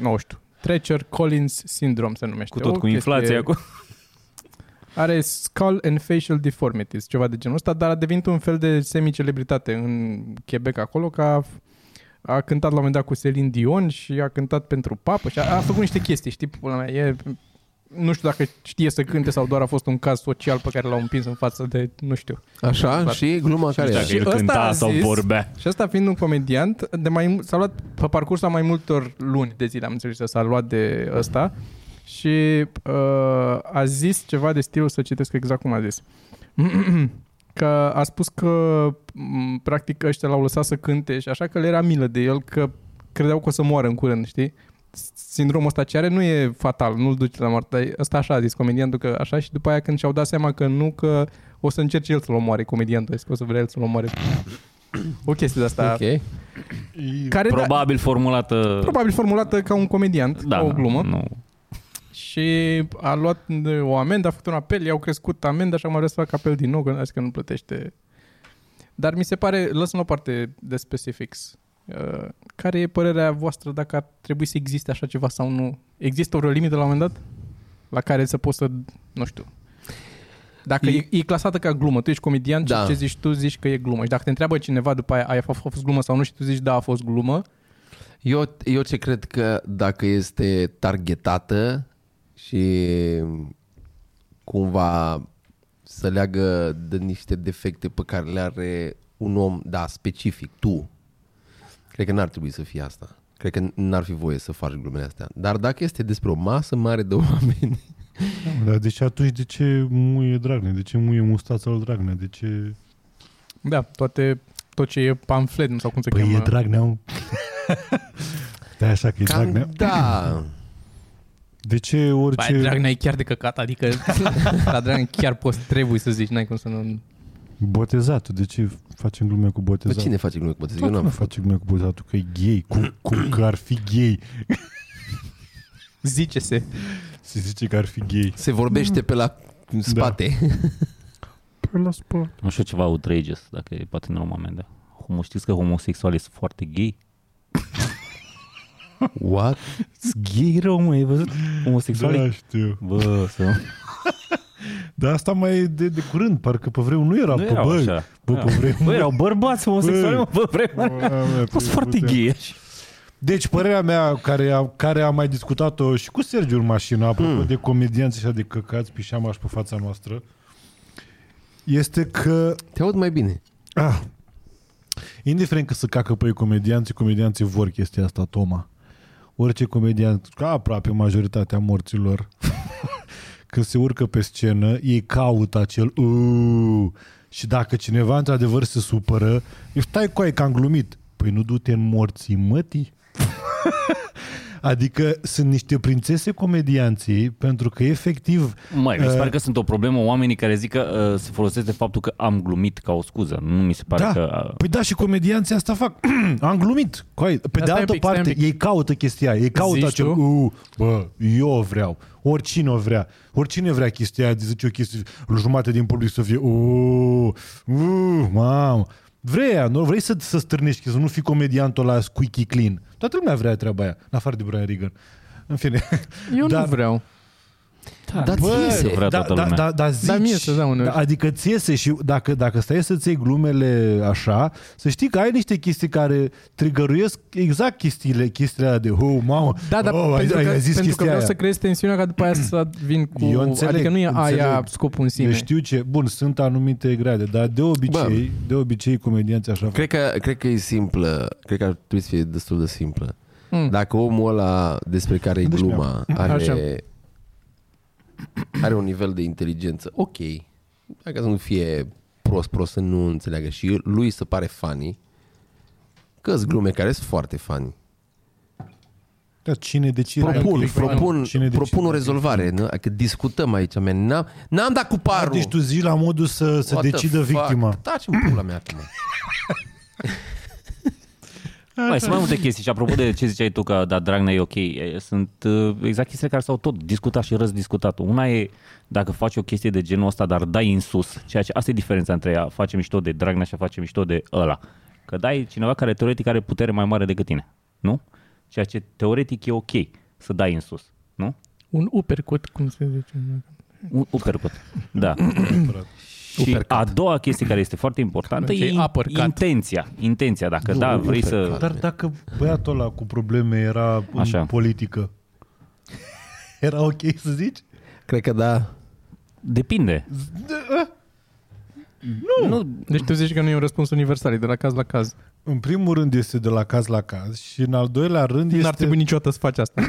Speaker 1: nu știu, Treacher Collins Syndrome se numește.
Speaker 4: Cu tot
Speaker 1: O
Speaker 4: cu
Speaker 1: chestie-
Speaker 4: inflația. Cu...
Speaker 1: Are skull and facial deformities, ceva de genul ăsta, dar a devenit un fel de semicelebritate în Quebec acolo, că a, a cântat la un moment dat cu Celine Dion și a cântat pentru papă și a, a făcut niște chestii, știi, pula mea, e... Nu știu dacă știe să cânte sau doar a fost un caz social pe care l-au împins în față de, nu știu.
Speaker 5: Așa? Și gluma care
Speaker 4: Dacă
Speaker 5: era?
Speaker 1: Și
Speaker 4: el
Speaker 1: ăsta
Speaker 4: cânta
Speaker 1: a
Speaker 4: sau
Speaker 1: zis-
Speaker 4: vorbea.
Speaker 1: Și asta fiind un comediant, de mai, s-a luat pe parcursul a mai multor luni de zile, am înțeles, s-a luat de ăsta și uh, a zis ceva de stilul, să citesc exact cum a zis. că a spus că m, practic ăștia l-au lăsat să cânte și așa că le era milă de el că credeau că o să moară în curând, știi? sindromul ăsta ce are nu e fatal, nu-l duce la moarte. dar Ăsta așa a zis comediantul că așa și după aia când și-au dat seama că nu, că o să încerce el să-l omoare comediantul ăsta, că o să vrea el să-l omoare. O chestie de asta.
Speaker 5: Ok.
Speaker 1: Care, da,
Speaker 4: Probabil formulată...
Speaker 1: probabil formulată ca un comediant,
Speaker 4: da,
Speaker 1: ca o glumă.
Speaker 4: Nu.
Speaker 1: Și a luat o amendă, a făcut un apel, i-au crescut amenda și acum vrea să facă apel din nou, că zic că nu plătește. Dar mi se pare, lăsăm la o parte de specifics. Uh, care e părerea voastră dacă ar trebui să existe așa ceva sau nu? Există o limită la un moment dat? La care să poți să, nu știu. Dacă e, e clasată ca glumă, tu ești comedian da.
Speaker 5: Da.
Speaker 1: și ce zici tu, zici că e glumă. Și dacă te întreabă cineva după aia, ai a fost, a fost glumă sau nu și tu zici da, a fost glumă,
Speaker 5: Eu, eu ce cred că dacă este targetată și cumva să leagă de niște defecte pe care le are un om, da, specific, tu, cred că n-ar trebui să fie asta. Cred că n-ar fi voie să faci glumele astea. Dar dacă este despre o masă mare de oameni,
Speaker 3: Dar deci atunci de ce muie Dragnea? De ce muie mustața lui Dragnea? De ce...
Speaker 1: da, toate, tot ce e pamflet nu sau cum se
Speaker 3: Păi
Speaker 1: cheamă.
Speaker 3: e Dragnea, mă. Da, așa că e Dragnea.
Speaker 5: cam da,
Speaker 3: De ce
Speaker 1: Bă,
Speaker 3: orice...
Speaker 1: Dragnea e chiar de căcat, adică la Dragnea chiar poți, trebuie să zici, n-ai cum să nu...
Speaker 3: Botezatul, de ce facem glume cu
Speaker 5: Bă,
Speaker 3: botezatul?
Speaker 5: cine face glume cu botezul? Eu
Speaker 3: Toată
Speaker 5: n-am
Speaker 3: lumea face glume cu botezatul, că e gay, cum, cum că ar fi gay.
Speaker 1: Zice-se.
Speaker 3: Se zice că ar fi gay.
Speaker 5: Se vorbește pe la spate.
Speaker 3: Păi la spate.
Speaker 4: Nu știu ceva outrageous, dacă e poate în România. Da. Homo, știți că homosexualii sunt foarte gay?
Speaker 5: What?
Speaker 4: Gay rău, mă, ai văzut? Homosexualii?
Speaker 3: Da, știu.
Speaker 4: Bă, să...
Speaker 3: Dar asta mai e de, de curând, parcă pe vremuri nu era.
Speaker 4: Nu
Speaker 3: pe
Speaker 4: erau
Speaker 3: bă,
Speaker 4: așa.
Speaker 3: Bă, pe vremuri.
Speaker 4: Bă, erau bărbați homosexuali,
Speaker 3: Bă.
Speaker 4: mă, pe vremea. A fost foarte gay. așa.
Speaker 3: Deci părerea mea care a, care a mai discutat-o și cu Sergiu în mașină, apropo hmm. de comedianți și de căcați pișamași pe fața noastră, este că
Speaker 5: Te aud mai bine.
Speaker 3: Ah. Indiferent că se cacă pe ei comedianții, comedianții vor chestia asta, Toma. Orice comedian, ca aproape majoritatea morților, când se urcă pe scenă, ei caută acel "Uuu". și dacă cineva într-adevăr se supără, eu stai cu ai că am glumit. Păi nu du-te în morții mătii? adică sunt niște prințese comedianții pentru că efectiv
Speaker 4: Mai, mi se
Speaker 3: Uh,
Speaker 4: pare că sunt o problemă oamenii care zic că uh, se folosesc de faptul că am glumit ca o scuză. Nu mi se pare
Speaker 3: da.
Speaker 4: că... eh,
Speaker 3: Păi da, și comedianții asta fac. Am glumit. Coi. Pe de
Speaker 1: stai
Speaker 3: altă
Speaker 1: un pic, stai
Speaker 3: parte,
Speaker 1: un pic.
Speaker 3: ei caută chestia aia. Ei caută
Speaker 1: Zici
Speaker 3: acel...
Speaker 1: tu?
Speaker 3: "U, Bă, eu o vreau. Oricine o vrea. Oricine vrea chestia aia, zice o chestie, jumate din public să fie... Uuu, uuu, mamă. Vrei ea, nu? Vrei să, să stârnești, să nu fii comediantul la squeaky clean. Toată lumea vrea treaba aia, în afară de Brian Regan. În fine.
Speaker 1: Eu
Speaker 3: Dar-
Speaker 1: nu vreau.
Speaker 5: Dar ți iese.
Speaker 4: vrea
Speaker 3: da,
Speaker 4: toată
Speaker 3: da,
Speaker 4: lumea.
Speaker 3: da, da, zici,
Speaker 1: mie se dau uneori.
Speaker 3: adică ți iese și dacă, dacă stai să-ți iei glumele așa, să știi că ai niște chestii care trigăruiesc exact chestiile, chestiile alea de oh, mamă,
Speaker 1: Da, dar
Speaker 3: oh, ai,
Speaker 1: pentru, că,
Speaker 3: ai zis
Speaker 1: pentru că
Speaker 3: chestia
Speaker 1: vreau
Speaker 3: aia.
Speaker 1: să creez tensiunea ca după aia să vin cu...
Speaker 3: Eu înțeleg,
Speaker 1: adică nu e aia
Speaker 3: înțeleg.
Speaker 1: scopul în sine.
Speaker 3: Eu știu ce, bun, sunt anumite grade, dar de obicei, Bă. de obicei comedianții așa fac.
Speaker 5: Cred că, cred că e simplă. Cred că ar trebui să fie destul de simplă.
Speaker 1: Mm.
Speaker 5: Mm. Dacă omul ăla despre care e
Speaker 3: Deci
Speaker 5: gluma
Speaker 1: Așa.
Speaker 5: are, are un nivel de inteligență, ok. Dacă să nu fie prost, prost, să nu înțeleagă și lui să pare funny, că sunt glume care sunt foarte funny.
Speaker 3: Dar cine decide?
Speaker 5: Propun,
Speaker 3: dacă e funny?
Speaker 5: Adică propun,
Speaker 3: Cine decide?
Speaker 5: propun o rezolvare. Nu? Că discutăm aici, man. N-am, n-am dat cu parul.
Speaker 3: Deci tu zici la modul să, să
Speaker 5: What the
Speaker 3: decidă
Speaker 5: fuck?
Speaker 3: victima.
Speaker 5: Taci-mi pula mea acum.
Speaker 4: Mai, sunt mai multe chestii și apropo de ce ziceai tu că da, Dragnea e ok, e- sunt uh, exact chestiile care s-au tot discutat și răzdiscutat. Una e dacă faci o chestie de genul ăsta, dar dai în sus, ceea ce asta e diferența între ea, face mișto de Dragnea și a face mișto de ăla. Că dai cineva care teoretic are putere mai mare decât tine, nu? Ceea ce teoretic e ok să dai în sus, nu?
Speaker 1: Un uppercut, cum se zice.
Speaker 4: Un uppercut. Da. Și a doua chestie care este foarte importantă
Speaker 1: Deci
Speaker 4: e
Speaker 1: e uppercut.
Speaker 4: intenția. Intenția, dacă
Speaker 5: Nu,
Speaker 4: da,
Speaker 5: e
Speaker 4: vrei să...
Speaker 5: uppercut.
Speaker 3: Dar dacă băiatul ăla cu probleme era în
Speaker 4: Așa.
Speaker 3: politică, era ok să zici?
Speaker 5: Cred că da.
Speaker 4: Depinde. Nu. nu
Speaker 1: Deci tu zici că nu e un răspuns universal, e de la caz la caz. Este...
Speaker 3: În primul rând este de la caz la caz și în al doilea rând este...
Speaker 1: N-ar trebui niciodată să faci asta.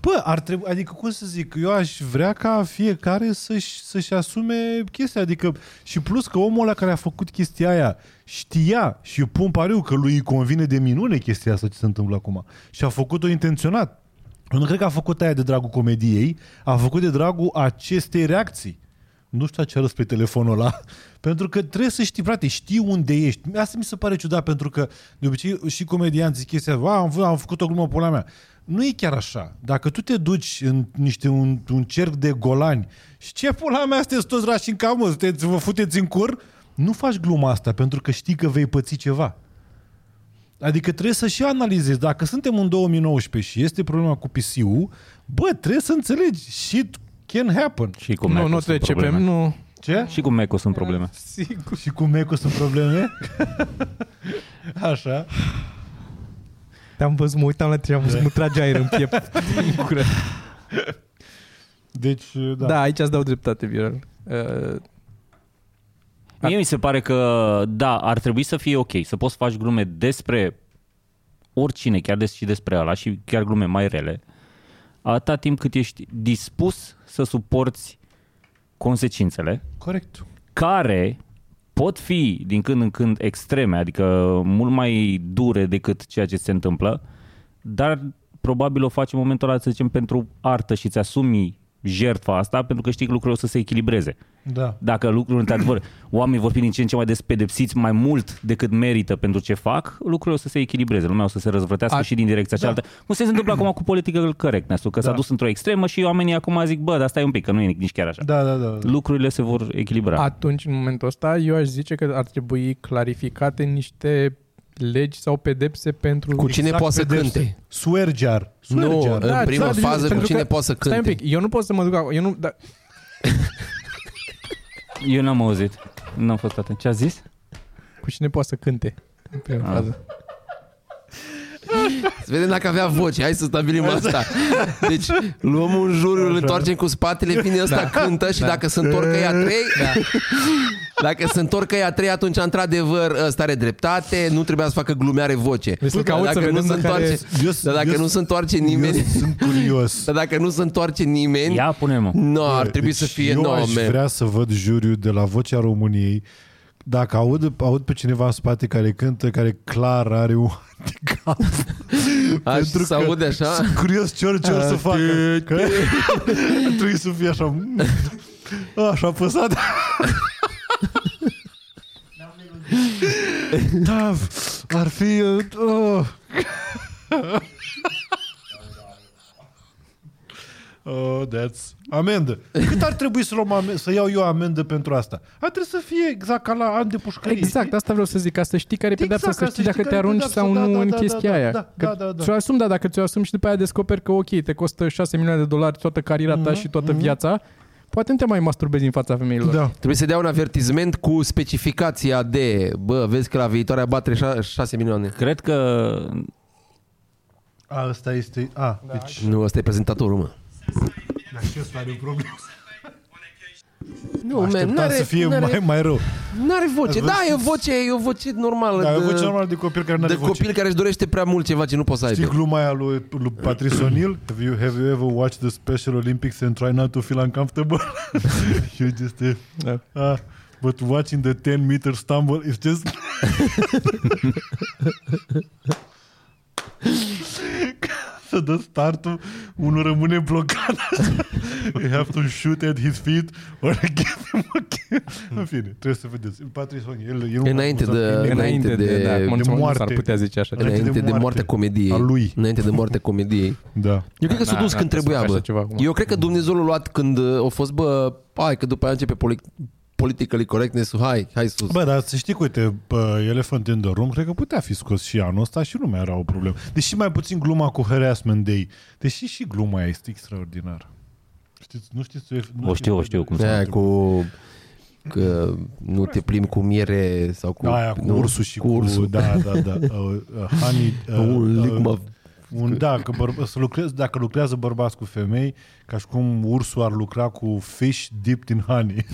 Speaker 3: Bă, ar trebui, adică cum să zic, eu aș vrea ca fiecare să-și, să-și asume chestia, adică și plus că omul ăla care a făcut chestia aia știa și eu pun pariu că lui îi convine de minune chestia asta ce se întâmplă acum și a făcut-o intenționat. Eu nu cred că a făcut aia de dragul comediei, a făcut de dragul acestei reacții. Nu știu ce a râs pe telefonul ăla, pentru că trebuie să știi, frate, știi unde ești. Asta mi se pare ciudat, pentru că de obicei și comedianții zic chestia, "A, am, fă- am făcut o glumă pula mea. Nu e chiar așa. Dacă tu te duci în niște, un, un cerc de golani și ce pula mea sunteți toți rași în camă, sunteți, vă futeți în cur, nu faci gluma asta pentru că știi că vei păți ceva. Adică trebuie să și analizezi. Dacă suntem în 2019 și este problema cu PC-ul, bă, trebuie să înțelegi. Shit can happen.
Speaker 4: Și cu
Speaker 1: Nu,
Speaker 4: Mac-ul
Speaker 1: nu
Speaker 4: sunt
Speaker 1: trecepem,
Speaker 4: probleme.
Speaker 1: nu.
Speaker 3: Ce?
Speaker 4: Și cu Mac-ul sunt probleme.
Speaker 1: Sigur.
Speaker 3: Și cu Meco sunt probleme? Așa.
Speaker 1: Te-am văzut, mă uitam la tine, am văzut, mă trage aer în piept. Din gură.
Speaker 3: Deci, da.
Speaker 1: da. aici îți dau dreptate, Viorel. Uh,
Speaker 4: Mie mi se pare că, da, ar trebui să fie ok, să poți să faci glume despre oricine, chiar des și despre ăla și chiar glume mai rele, atâta timp cât ești dispus să suporți consecințele,
Speaker 3: Corect.
Speaker 4: care pot fi din când în când extreme, adică mult mai dure decât ceea ce se întâmplă, dar probabil o faci în momentul ăla, să zicem, pentru artă și îți asumi jertfa asta pentru că știi că lucrurile o să se echilibreze
Speaker 3: Da.
Speaker 4: dacă lucrul într-adevăr, oamenii vor fi din ce în ce mai des pedepsiți mai mult decât merită pentru ce fac, lucrurile o să se echilibreze, lumea o să se răzvrătească
Speaker 1: A-
Speaker 4: și din direcția cealaltă. Cum se întâmplă acum cu political correctness că s-a
Speaker 3: Da.
Speaker 4: dus într-o extremă și oamenii acum zic, bă, dar stai un pic, că nu e nici chiar așa.
Speaker 3: Da, da, da. da.
Speaker 4: Lucrurile se vor
Speaker 5: Da.
Speaker 4: echilibra.
Speaker 1: Atunci, în momentul ăsta, eu aș zice că ar trebui clarificate niște legi sau pedepse pentru...
Speaker 5: Cu
Speaker 3: Exact,
Speaker 5: cine poate să
Speaker 3: pedepse.
Speaker 5: cânte?
Speaker 3: Swearjar.
Speaker 5: Nu, uh,
Speaker 3: Swearjar.
Speaker 5: în prima
Speaker 1: exact,
Speaker 5: fază cu
Speaker 1: pentru
Speaker 5: cine
Speaker 1: că-
Speaker 5: poate să
Speaker 1: Stai un
Speaker 5: cânte.
Speaker 1: pic, eu nu pot să mă duc acolo, eu nu... Da,
Speaker 4: Eu n-am auzit. N-am fost atent. Ce a zis?
Speaker 1: cu cine poate să cânte în prima
Speaker 4: Ah.
Speaker 1: fază.
Speaker 5: Să vedem dacă avea voce. Hai să stabilim asta. Deci luăm un jur, îl întoarcem cu spatele, vine ăsta, da. cântă și da. dacă se întorcă ea trei... Da. Dacă se întorcă ea trei, atunci într-adevăr ăsta are dreptate, nu trebuia să facă glume, are voce.
Speaker 1: Vrei să
Speaker 5: Dar
Speaker 1: caut să
Speaker 5: dacă nu
Speaker 1: vedem
Speaker 5: se
Speaker 1: dacă are-
Speaker 5: întoarce,
Speaker 3: Eu-
Speaker 5: dar dacă
Speaker 3: eu-
Speaker 5: nu se întoarce
Speaker 3: Eu
Speaker 5: nimeni,
Speaker 3: sunt curios.
Speaker 5: dar dacă nu se întoarce nimeni,
Speaker 4: Ia, pune-mă.
Speaker 5: nu, ar trebui
Speaker 3: Deci
Speaker 5: să fie
Speaker 3: Eu
Speaker 5: nouă,
Speaker 3: aș vrea să văd juriul de la Vocea României dacă aud, aud pe cineva în spate care cântă, care clar are un handicap.
Speaker 5: Aș
Speaker 3: Pentru
Speaker 5: să
Speaker 3: că
Speaker 5: aude așa.
Speaker 3: Sunt curios ce ori, ce ori să facă. Că trebuie să fie așa... mm, Așa apăsat. Da, ar fi... Uh, Oh, that's... Amendă. Cât ar trebui să, luăm amendă, să iau eu amendă pentru asta? Ar trebui să fie exact ca la an de pușcărie.
Speaker 1: Exact, asta vreau să zic, ca să știi care e
Speaker 3: Exact,
Speaker 1: pedeapsa, să
Speaker 3: ca să
Speaker 1: știi
Speaker 3: știi
Speaker 1: dacă
Speaker 3: care
Speaker 1: te
Speaker 3: e
Speaker 1: arunci
Speaker 3: pedeapsa,
Speaker 1: sau
Speaker 3: da,
Speaker 1: nu
Speaker 3: da,
Speaker 1: în
Speaker 3: da,
Speaker 1: chestia
Speaker 3: da,
Speaker 1: aia.
Speaker 3: da,
Speaker 1: Că
Speaker 3: da, da, da.
Speaker 1: Ți-o asumi, da, dacă ți-o asumi și după aia descoperi că ok, te costă 6 milioane de dolari toată cariera ta și toată viața, poate nu te mai masturbezi în fața femeilor.
Speaker 3: Da.
Speaker 5: Trebuie să dea un avertisment cu specificația de, bă, vezi că la viitoarea batere 6 milioane.
Speaker 4: Cred că
Speaker 5: da.
Speaker 3: A, asta este... A, da, deci...
Speaker 5: Nu, ăsta e prezentatorul, mă.
Speaker 3: Dar și ăsta are o problemă.
Speaker 5: Nu, man,
Speaker 3: Așteptam
Speaker 5: n-are,
Speaker 3: să fie
Speaker 5: n-are,
Speaker 3: mai, mai rău.
Speaker 5: n-are voce.
Speaker 3: Vă
Speaker 5: Da, e o
Speaker 3: știți?
Speaker 5: voce, e o voce normală.
Speaker 3: Da, e o
Speaker 5: de-
Speaker 3: voce normală de copil care nu
Speaker 5: de
Speaker 3: are voce.
Speaker 5: copil care își dorește prea mult ceva ce nu poți să
Speaker 3: Știi
Speaker 5: aibă.
Speaker 3: gluma aia lui, lui Patrice O'Neill? Have you, have you ever watched the Special Olympics and try not to feel uncomfortable? you just... Uh,
Speaker 1: Da.
Speaker 3: uh, but watching the 10 meter stumble is just... Ca să dă startul, unul rămâne blocat. We have to shoot at his feet or give him a kick. În fine, trebuie să vedeți. Patrice O'Neill, el, el nu
Speaker 5: Înainte de-
Speaker 3: e nebun.
Speaker 1: Înainte de,
Speaker 5: de-
Speaker 1: da, acum
Speaker 5: de
Speaker 1: înțeleg, nu s-ar
Speaker 3: moarte.
Speaker 1: putea zice așa.
Speaker 3: Înainte
Speaker 5: Înainte
Speaker 3: de
Speaker 5: de
Speaker 3: moarte.
Speaker 5: moartea comediei.
Speaker 3: A lui.
Speaker 5: Înainte de moartea comediei.
Speaker 3: Da.
Speaker 5: Eu cred că
Speaker 1: Da,
Speaker 5: s-a dus
Speaker 1: n-ar
Speaker 5: când
Speaker 1: putea să
Speaker 5: trebuia,
Speaker 1: facă
Speaker 5: bă.
Speaker 1: așa ceva acum.
Speaker 5: Eu cred că Dumnezeu l-a luat când uh, a fost, bă, hai că după aia începe poli- politically correctness hai, hai sus.
Speaker 3: Bă, dar să știi că, uite, bă, Elephant in the Room cred că putea fi scos și anul ăsta și nu mai era o problemă. Deși mai puțin gluma cu Harassment Day. Deși și gluma aia este extraordinară. Știți, nu știți? Nu
Speaker 4: o
Speaker 3: știți-
Speaker 4: știu, o știu cum se
Speaker 5: Aia
Speaker 4: întâmplă.
Speaker 5: cu că nu te plimbi cu miere sau cu...
Speaker 3: Aia cu
Speaker 5: nu,
Speaker 3: ursul și cu...
Speaker 5: ursul.
Speaker 3: Da, da, da. Uh, uh, honey, uh,
Speaker 5: Un lick
Speaker 3: uh,
Speaker 5: mă-
Speaker 3: un, da, că bărba, să lucrez, dacă lucrează bărbați cu femei, ca și cum ursul ar lucra cu fish dipped in honey.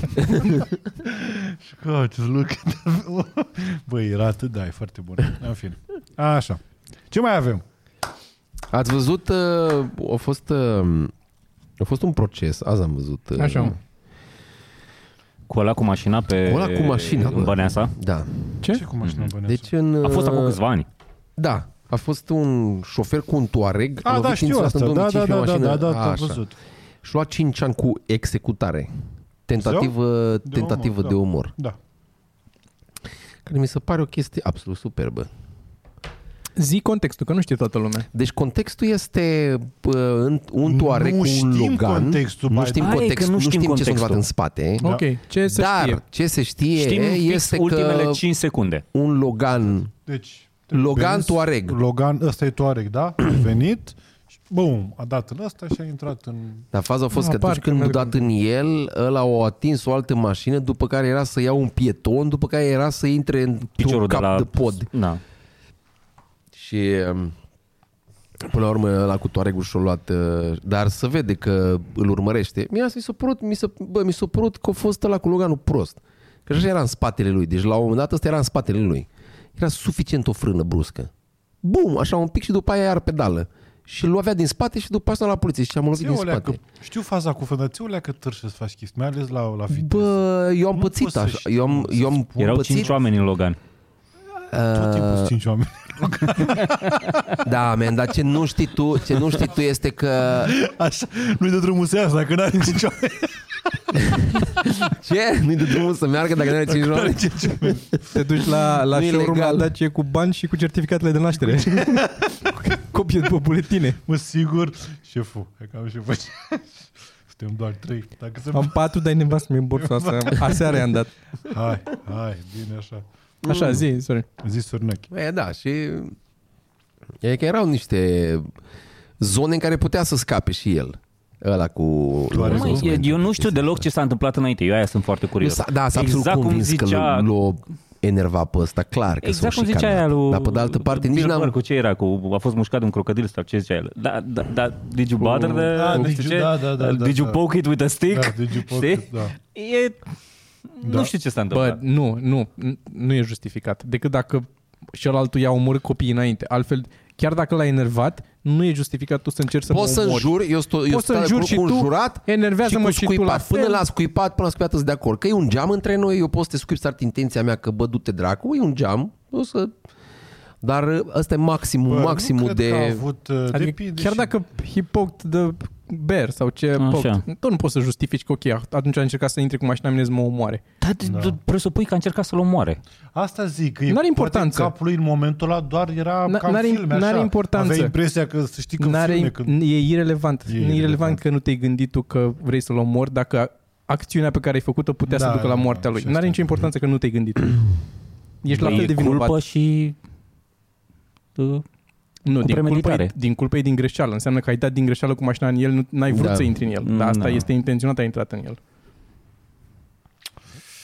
Speaker 3: și că, oh, just look at that. Băi, era atât, da, e foarte bun. În fine. Așa. Ce mai avem?
Speaker 5: Ați văzut, uh, a fost, uh, a fost un proces, azi am văzut. uh,
Speaker 1: Așa, mă.
Speaker 4: Cu ăla cu mașina pe
Speaker 5: Cu ăla cu mașina, bă.
Speaker 4: în Băneasa.
Speaker 5: Da.
Speaker 3: Ce cu mașina mm-hmm.
Speaker 5: Deci în...
Speaker 4: A fost acum
Speaker 5: uh,
Speaker 4: câțiva ani.
Speaker 5: Da. A fost un șofer cu un Touareg,
Speaker 3: A,
Speaker 5: lovit
Speaker 3: da, știu
Speaker 5: instant
Speaker 3: asta.
Speaker 5: în
Speaker 3: Da,
Speaker 5: 2005
Speaker 3: da,
Speaker 5: pe o
Speaker 3: da, da, da,
Speaker 5: mașină.
Speaker 3: da, am
Speaker 5: Așa.
Speaker 3: văzut.
Speaker 5: Și lua 5 ani cu executare. Tentativă,
Speaker 3: omor,
Speaker 5: tentativă
Speaker 3: da.
Speaker 5: de omor.
Speaker 3: Da.
Speaker 5: Care mi se pare o chestie absolut superbă.
Speaker 1: Zi contextul, că nu știe toată lumea.
Speaker 5: Deci contextul este uh, în, un
Speaker 3: Nu
Speaker 5: toare cu un
Speaker 3: știm
Speaker 5: Logan.
Speaker 3: contextul,
Speaker 5: nu
Speaker 3: bai,
Speaker 5: știm
Speaker 4: da. Aia e că
Speaker 5: contextul,
Speaker 4: nu
Speaker 5: nu
Speaker 4: știm
Speaker 5: știm ce s-a
Speaker 4: contextul.
Speaker 5: întâmplat în spate.
Speaker 1: Da. Ok, ce să
Speaker 5: Dar
Speaker 1: știe?
Speaker 5: ce se știe
Speaker 4: Știm fix
Speaker 5: este
Speaker 4: ultimele
Speaker 5: că
Speaker 4: 5 secunde.
Speaker 5: un Logan
Speaker 3: Deci,
Speaker 5: Logan
Speaker 3: Benz,
Speaker 5: Touareg.
Speaker 3: Logan, ăsta e Touareg, da? A venit, și, bum, a dat în ăsta și a intrat în...
Speaker 5: Dar faza a fost
Speaker 1: Nu,
Speaker 5: că atunci
Speaker 1: apar
Speaker 5: când a
Speaker 1: când
Speaker 5: dat în el, ăla o atins o altă mașină, după care era să ia un pieton, după care era să intre în
Speaker 4: Piciorul
Speaker 5: un
Speaker 4: de
Speaker 5: cap
Speaker 4: la...
Speaker 5: de pod.
Speaker 4: Da.
Speaker 5: Și um, până la urmă la cu Toaregul și-a luat uh, Dar se vede că îl urmărește Mi-a mi s-a părut, mi s-a, bă, mi s-a părut că a fost ăla cu Loganul prost Că așa era în spatele lui Deci la un moment dat ăsta era în spatele lui Era suficient o frână bruscă Bum, așa un pic și după aia iar pedală Și îl avea din spate și după asta la poliție Și am lovit din
Speaker 3: Ți-o lea că,
Speaker 5: spate
Speaker 3: știu faza cu fânățiulea că târșe să faci chestii, mai ales la, la fitness.
Speaker 5: Bă, eu am
Speaker 3: Nu
Speaker 5: pățit
Speaker 3: poți să
Speaker 5: așa
Speaker 3: știi,
Speaker 5: Eu am,
Speaker 3: nu
Speaker 5: eu am
Speaker 4: Erau
Speaker 5: pățit
Speaker 4: 5 oameni în Logan.
Speaker 3: Tot timpul sunt cinci oameni.
Speaker 5: Da, man, dar ce nu știi tu Ce nu știi tu este că
Speaker 3: Așa, nu-i de drumul să iasă, dacă n-are cinci oameni.
Speaker 5: Ce? Nu-i de drumul să meargă dacă nu are 5 oameni?
Speaker 1: Te duci la, la
Speaker 5: Nu e
Speaker 1: showroom la
Speaker 5: legal.
Speaker 1: Dacie cu bani și cu certificatele de naștere. Copie după buletine.
Speaker 3: Mă, sigur, șeful, e cam șeful. Suntem doar trei. Dacă se...
Speaker 1: Am patru, dar nevastă mi în bursa asta. Aseară i-am dat.
Speaker 3: Hai, hai, bine așa.
Speaker 1: Așa, zi, sorry.
Speaker 3: Zis Sornache.
Speaker 5: E, da, și... E că erau niște zone în care putea să scape și el. Ăla cu...
Speaker 3: Doar
Speaker 5: Lorenzo
Speaker 4: Măi, eu,
Speaker 5: Spencer.
Speaker 4: eu nu știu deloc ce s-a întâmplat înainte. Eu aia sunt foarte curios.
Speaker 5: S-a- Da, s-a absolut
Speaker 4: exact cum
Speaker 5: convins
Speaker 4: zicea-
Speaker 5: că l-o enerva pe ăsta, clar că
Speaker 4: Exact
Speaker 5: s-o
Speaker 4: cum zicea aia lui...
Speaker 5: Dar pe de altă parte nici
Speaker 4: Bill Burr,
Speaker 5: n-am...
Speaker 4: Cu ce era? Cu, a fost mușcat de un crocodil sau ce zicea el? Da, da, da, did you bother the...
Speaker 3: Da,
Speaker 4: nu
Speaker 3: did
Speaker 4: știu
Speaker 3: you-
Speaker 4: ce? Uh,
Speaker 3: da, da, da, da,
Speaker 4: Did you
Speaker 3: da.
Speaker 4: poke it with a stick?
Speaker 3: Da, did you poke
Speaker 4: Știi?
Speaker 3: it, da.
Speaker 4: E... Nu știu ce s-a
Speaker 1: Da, Bă,
Speaker 4: întâmplat.
Speaker 1: nu, nu, n- nu e justificat. Decât dacă celălaltul i-a omorât copiii înainte. Altfel, chiar dacă l-a enervat, nu e justificat tu să încerci să
Speaker 5: Poți
Speaker 1: mă
Speaker 5: să
Speaker 1: omori.
Speaker 5: înjuri, eu, sto, eu
Speaker 1: Poți să
Speaker 5: stau
Speaker 1: înjuri
Speaker 5: cu
Speaker 1: și
Speaker 5: un
Speaker 1: tu,
Speaker 5: jurat
Speaker 1: enervează-mă
Speaker 5: cu
Speaker 1: și tu la
Speaker 5: scuipat.
Speaker 1: fel.
Speaker 5: Până la scuipat, până la scuipat sunt de acord. Că e un geam între noi, eu pot să te scuip, start intenția mea că bă, du-te dracu, e un geam, o să... Dar ăsta e maximul,
Speaker 3: Bă,
Speaker 5: maximul
Speaker 3: nu cred
Speaker 5: de...
Speaker 3: Că a avut, uh,
Speaker 1: Adică
Speaker 3: depinde
Speaker 1: chiar
Speaker 3: și-
Speaker 1: dacă he poked the bear sau ce
Speaker 4: Așa.
Speaker 1: poked, tot nu poți să justifici că ok, atunci a încercat să intre cu mașina mine să mă omoare.
Speaker 4: Dar da. presupui că a încercat să-l omoare.
Speaker 3: Asta zic, că e-
Speaker 1: N-are
Speaker 3: poate
Speaker 1: importanță.
Speaker 3: capul lui în momentul ăla doar era
Speaker 1: N-
Speaker 3: N- cam
Speaker 1: n-are-
Speaker 3: filme, așa.
Speaker 1: n-are importanță.
Speaker 3: Avea impresia că să știi că în
Speaker 1: N-are,
Speaker 3: filme, când...
Speaker 1: E irelevant. E
Speaker 3: E
Speaker 1: irelevant
Speaker 3: irelevant.
Speaker 1: că nu te-ai gândit tu că vrei să-l omori dacă a- acțiunea pe care ai făcut-o putea să
Speaker 3: Da,
Speaker 1: ducă la
Speaker 3: da,
Speaker 1: moartea
Speaker 3: da,
Speaker 1: lui.
Speaker 3: și
Speaker 1: N-are
Speaker 3: asta
Speaker 1: nicio
Speaker 3: e. Păi
Speaker 1: importanță că nu te-ai gândit. Ești la
Speaker 4: E
Speaker 1: fel de vinovat.
Speaker 4: culpă și... Uh,
Speaker 1: Nu,
Speaker 4: Cu
Speaker 1: din culpă, e,
Speaker 4: premeditare.
Speaker 1: din culpă e din greșeală. Înseamnă că ai dat din greșeală cu mașina în el, nu, n-ai vrut
Speaker 5: Da.
Speaker 1: să intri în el. Dar asta
Speaker 4: Da.
Speaker 1: este intenționat, ai intrat în el.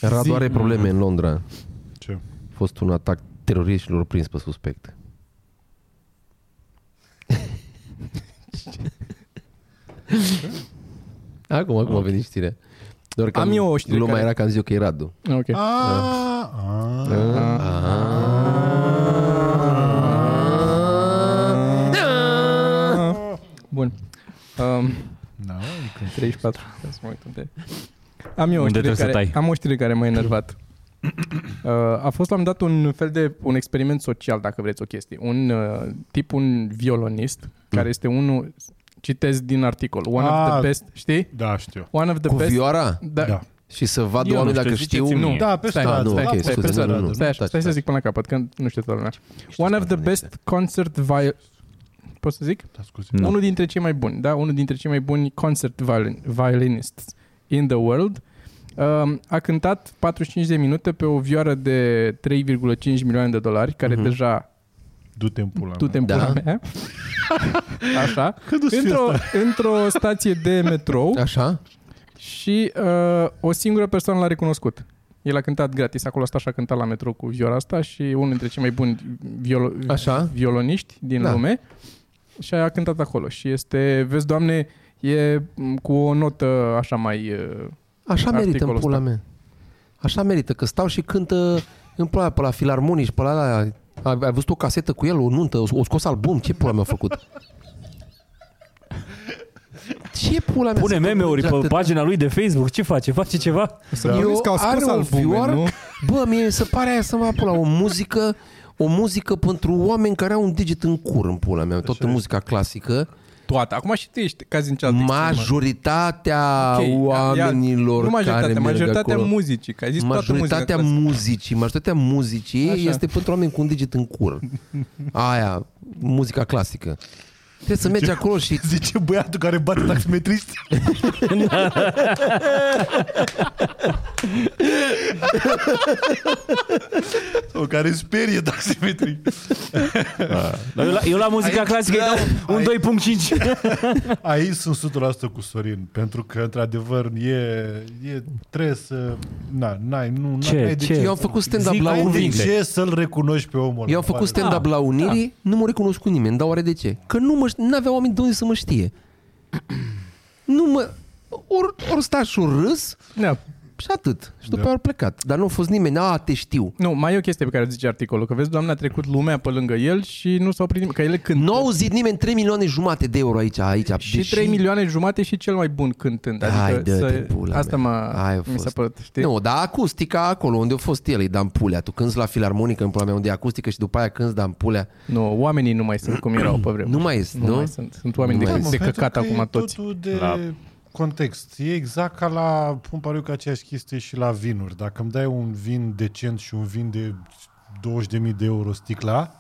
Speaker 5: Radu are probleme în Londra.
Speaker 3: Ce?
Speaker 5: A fost un atac teroriștilor prins pe suspect. acum, acum a venit știrea. Doar că
Speaker 1: Am eu o știre
Speaker 5: Gluma
Speaker 1: care-
Speaker 5: era că am zis eu că e Radu.
Speaker 1: Ok.
Speaker 3: A,
Speaker 1: Ah.
Speaker 3: a,
Speaker 1: Bun. Um,
Speaker 3: da, adică-
Speaker 1: 34. Ia să mă uit unde. Am eu o
Speaker 4: Unde
Speaker 1: știre
Speaker 4: trebuie să
Speaker 1: care,
Speaker 4: tai.
Speaker 1: am o știre care m-a enervat. Uh, a fost la un moment dat un fel de un experiment social, dacă vreți o chestie. Un uh, tip, un
Speaker 4: Mm.
Speaker 1: violonist, care este unul, citez din articol, one of
Speaker 3: Ah.
Speaker 1: the best, știi?
Speaker 3: da, știu.
Speaker 1: One of the
Speaker 5: Cu
Speaker 1: best.
Speaker 5: vioara?
Speaker 1: da,
Speaker 3: Da.
Speaker 5: Și să vadă
Speaker 4: Eu nu
Speaker 5: oamenii
Speaker 4: știu,
Speaker 5: dacă
Speaker 4: ziceți-mi,
Speaker 5: știu...
Speaker 4: nu.
Speaker 3: Da, pe
Speaker 1: Stai,
Speaker 5: Ah,
Speaker 3: stradă.
Speaker 5: nu,
Speaker 3: da,
Speaker 5: ok,
Speaker 3: pe
Speaker 5: scuze,
Speaker 3: stradă.
Speaker 5: nu, nu, nu.
Speaker 1: Stai așa,
Speaker 3: Da,
Speaker 5: Taci,
Speaker 1: stai să
Speaker 5: taci.
Speaker 1: zic până la capăt, că nu știu toată lumea. One of the best concert viol... Pot să zic?
Speaker 3: Da, scuze.
Speaker 4: Nu.
Speaker 1: Unul dintre cei mai buni, da? Unul dintre cei mai buni concert violin, violinists in the world. Um, a cântat 45 de minute pe o vioară de 3,5 milioane de dolari, care
Speaker 5: Mhm.
Speaker 1: deja
Speaker 3: Du-te în pula
Speaker 1: tu te
Speaker 5: Da.
Speaker 1: da. mea. Așa. Într-o, într-o stație de metrou
Speaker 5: Așa?
Speaker 1: și uh, o singură persoană l-a recunoscut. El a cântat gratis, acolo asta și-a cântat la metrou cu vioara asta și unul dintre cei mai buni violo-
Speaker 5: Așa?
Speaker 1: violoniști din
Speaker 5: Da.
Speaker 1: da. lume și a cântat acolo și este, vezi doamne, e m, cu o notă așa mai... uh,
Speaker 5: Așa merită în
Speaker 1: Articolul
Speaker 5: pula
Speaker 1: ăsta.
Speaker 5: mea. Așa merită, că stau și cântă în pula mea, pe la filarmonici, pe la alea. Ai, ai văzut o casetă cu el, o nuntă, o scos album, ce pula mea a făcut? Ce pula mea
Speaker 4: Pune
Speaker 5: se
Speaker 4: meme-uri
Speaker 5: făcut
Speaker 4: pe
Speaker 5: atât?
Speaker 4: pagina lui de Facebook. Ce face? Face ceva?
Speaker 1: Să nu
Speaker 5: Da. Eu
Speaker 1: uiți că au
Speaker 5: are
Speaker 1: scos
Speaker 5: o
Speaker 1: albume,
Speaker 5: vioară?
Speaker 1: nu?
Speaker 5: Bă, mie mi se pare aia să mă apă la o muzică o muzică pentru oameni care au un deget în cur în pula mea, toată muzica clasică.
Speaker 1: Toată. Acum și tu ești caz în cealaltă extremă.
Speaker 5: Majoritatea
Speaker 1: Ok, ia-
Speaker 5: okay, oamenilor
Speaker 1: Nu
Speaker 5: care
Speaker 1: majoritatea,
Speaker 5: merg
Speaker 1: majoritatea
Speaker 5: acolo,
Speaker 1: muzicii, că ai zis toată
Speaker 5: majoritatea
Speaker 1: muzica.
Speaker 5: muzicii, majoritatea muzicii
Speaker 1: Așa.
Speaker 5: Așa. este pentru oameni cu un deget în cur. Aia, muzica clasică. Trebuie să mergi acolo și
Speaker 3: Zice băiatul care bate taximetriști. Sau care sperie taximetrii.
Speaker 4: Dar eu, la, eu la muzica
Speaker 3: Ai-
Speaker 4: clasică îi dau un
Speaker 3: ai-
Speaker 4: 2.5.
Speaker 3: Aici sunt 100% cu Sorin, pentru că, într-adevăr, e, e trebuie să... Na, n-ai, nu,
Speaker 4: Ce,
Speaker 3: n-ai de
Speaker 4: ce?
Speaker 5: eu am făcut stand-up
Speaker 4: Zic,
Speaker 5: la
Speaker 3: Ai de
Speaker 5: Unii.
Speaker 3: ce să-l recunoști pe omul?
Speaker 5: Eu am făcut
Speaker 1: Da.
Speaker 5: stand-up la Unirii, nu mă recunosc cu nimeni, dar oare de ce? Că nu mă, ș- n-avea oameni de unde să mă știe. Nu mă... Ori, ori sta și ori râs
Speaker 1: Da.
Speaker 5: și atât. Și după
Speaker 3: Da.
Speaker 5: da. au plecat. Dar nu a fost nimeni, a, te știu.
Speaker 1: Nu, mai e o chestie pe care o zice articolul, că vezi, doamne, a trecut lumea pe lângă el și nu s-a primit, că ele cântă.
Speaker 5: Nu au auzit nimeni 3 milioane jumate de euro aici, aici. deci
Speaker 1: și 3 milioane jumate și cel mai bun cântând.
Speaker 5: Hai,
Speaker 1: Adică
Speaker 5: dă-te
Speaker 1: să-
Speaker 5: pula
Speaker 1: asta
Speaker 5: mea.
Speaker 1: m-a,
Speaker 5: Aia a
Speaker 1: mi s-a
Speaker 5: fost.
Speaker 1: părut, știi?
Speaker 5: Nu, dar acustica acolo unde a fost el, îi dam pulea. Tu cânti la filarmonică în pula mea unde e acustică și după aia cânti dam pulea.
Speaker 1: Nu, oamenii nu mai sunt cum erau pe vremuri.
Speaker 5: Nu mai este,
Speaker 1: nu
Speaker 5: nu?
Speaker 1: mai sunt. Sunt oameni
Speaker 5: Nu
Speaker 1: de,
Speaker 3: Da,
Speaker 5: mai
Speaker 1: Păi, de căcat acum toți.
Speaker 3: Totul de la...
Speaker 4: La-
Speaker 3: context. E exact ca la, pun pariu că aceeași chestie și la vinuri. Dacă îmi dai un vin decent și un vin de 20.000 de euro sticla,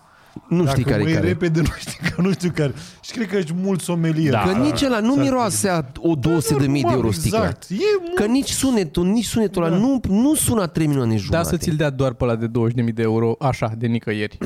Speaker 5: Nu
Speaker 3: dacă
Speaker 5: știi care
Speaker 3: mă
Speaker 5: e
Speaker 3: iei
Speaker 5: care.
Speaker 3: repede, nu știu, că nu știu care. Și cred că ești mult somelier.
Speaker 4: Da.
Speaker 5: Că nici ăla nu miroasea o 200 de mii de
Speaker 3: Normal,
Speaker 5: euro sticla.
Speaker 3: Exact. E mult.
Speaker 5: Că nici sunetul, nici sunetul ăla nu, nu suna 3 milioane
Speaker 1: Da,
Speaker 5: jumate.
Speaker 1: să ți-l dea doar pe ăla de 20.000 de euro, așa, de nicăieri,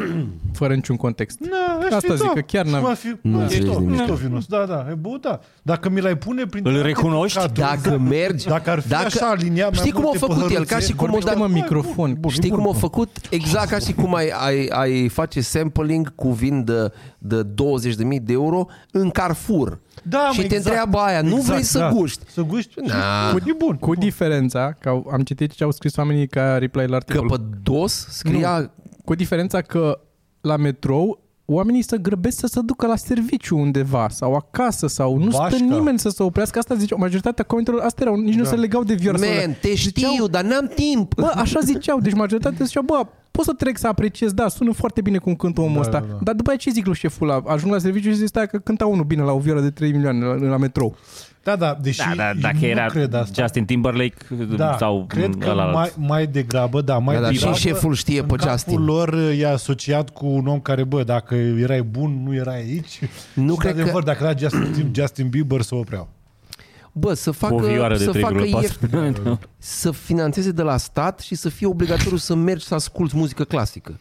Speaker 1: fără niciun context.
Speaker 3: Na, aș
Speaker 1: Asta
Speaker 3: fi
Speaker 1: zic,
Speaker 3: dat.
Speaker 1: că chiar
Speaker 3: Și
Speaker 1: n-am-
Speaker 3: m-a fi-
Speaker 5: Nu
Speaker 3: e
Speaker 5: înțelegi
Speaker 3: tot,
Speaker 5: nimic.
Speaker 3: e tot vinul. Da, da, e bun, da. Dacă mi l-ai pune prin...
Speaker 4: Îl recunoști?
Speaker 5: Dacă mergi,
Speaker 3: Da, Dacă ar fi
Speaker 5: dacă,
Speaker 3: așa aliniat mai
Speaker 5: Știi cum a
Speaker 3: multe
Speaker 5: făcut el? Ca
Speaker 3: păhăruțe,
Speaker 5: și cum o
Speaker 1: Vorbește,
Speaker 5: dat,
Speaker 1: mă, microfon.
Speaker 3: Bun,
Speaker 5: știi
Speaker 3: bun,
Speaker 5: cum a
Speaker 3: bun.
Speaker 5: făcut? Exact ca și cum ai, ai, ai face sampling cu vin de, de 20.000 de euro în Carrefour.
Speaker 3: Da,
Speaker 5: și
Speaker 3: mă,
Speaker 5: te
Speaker 3: exact.
Speaker 5: întreabă aia, nu
Speaker 3: Exact,
Speaker 5: vrei să
Speaker 3: da.
Speaker 5: guști?
Speaker 3: Să guști?
Speaker 4: Da.
Speaker 5: Na.
Speaker 3: E bun.
Speaker 1: Cu diferența, că au- am citit ce au scris oamenii ca reply la
Speaker 5: Că
Speaker 1: articol.
Speaker 5: pe dos scria...
Speaker 1: Nu. Cu diferența că la metrou oamenii se grăbesc să se ducă la serviciu undeva sau acasă sau nu Bașca. stă
Speaker 3: Bașca.
Speaker 1: nimeni să se oprească. Asta zice, majoritatea comentelor astea erau, nici da. nu se legau de vioară. sau de-
Speaker 5: Man, te știu, dar n-am timp.
Speaker 1: Bă, așa ziceau, deci majoritatea ziceau, bă, pot să trec să apreciez, da, sună foarte bine cum cântă omul
Speaker 3: Da,
Speaker 1: ăsta. Da,
Speaker 3: da,
Speaker 1: da.
Speaker 3: da.
Speaker 1: Dar după aia ce zic lui șeful ăla? Ajung la serviciu și zic, stai că cânta unul bine la o vioră de 3 milioane la, la metrou.
Speaker 3: Da, da, deși
Speaker 4: Da, da,
Speaker 3: nu
Speaker 4: dacă era
Speaker 3: cred asta.
Speaker 4: Justin Timberlake
Speaker 3: Da,
Speaker 4: sau
Speaker 3: cred că
Speaker 4: ăla
Speaker 3: mai, mai degrabă, da, mai
Speaker 5: Da, dar și
Speaker 3: degrabă,
Speaker 5: șeful știe
Speaker 3: în
Speaker 5: pe
Speaker 3: capul
Speaker 5: Justin.
Speaker 3: lor e asociat cu un om care, bă, dacă erai bun, nu erai aici.
Speaker 5: Nu
Speaker 3: și,
Speaker 5: cred
Speaker 3: de adevăr, dacă era Justin, Justin Bieber, să opreau.
Speaker 5: Bă, să
Speaker 4: cu o
Speaker 5: facă,
Speaker 4: vioară de
Speaker 5: să facă ieftin.
Speaker 4: 3,4.
Speaker 5: să financeze de la stat și să fie obligatoriu să mergi să asculți muzică clasică.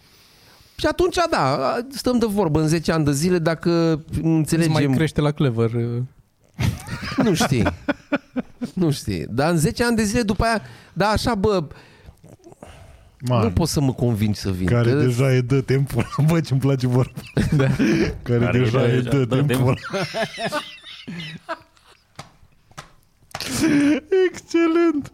Speaker 5: Și atunci, da, stăm de vorbă în 10 ani de zile dacă
Speaker 1: Îți mai
Speaker 5: înțelegem,
Speaker 1: crește la clever. uh,
Speaker 5: nu știi. Nu știi. Dar în 10 ani de zile după aia, da, așa, bă, Man. nu
Speaker 3: Man,
Speaker 5: poți să mă convingi să vin.
Speaker 3: care
Speaker 5: Că-
Speaker 3: deja e dă timpul. Bă, ce-mi place vorba.
Speaker 1: Da.
Speaker 3: Care,
Speaker 4: Care
Speaker 3: deja
Speaker 4: e
Speaker 3: e
Speaker 4: deja-
Speaker 3: dă
Speaker 4: dă timpul.
Speaker 3: timpul. Excelent!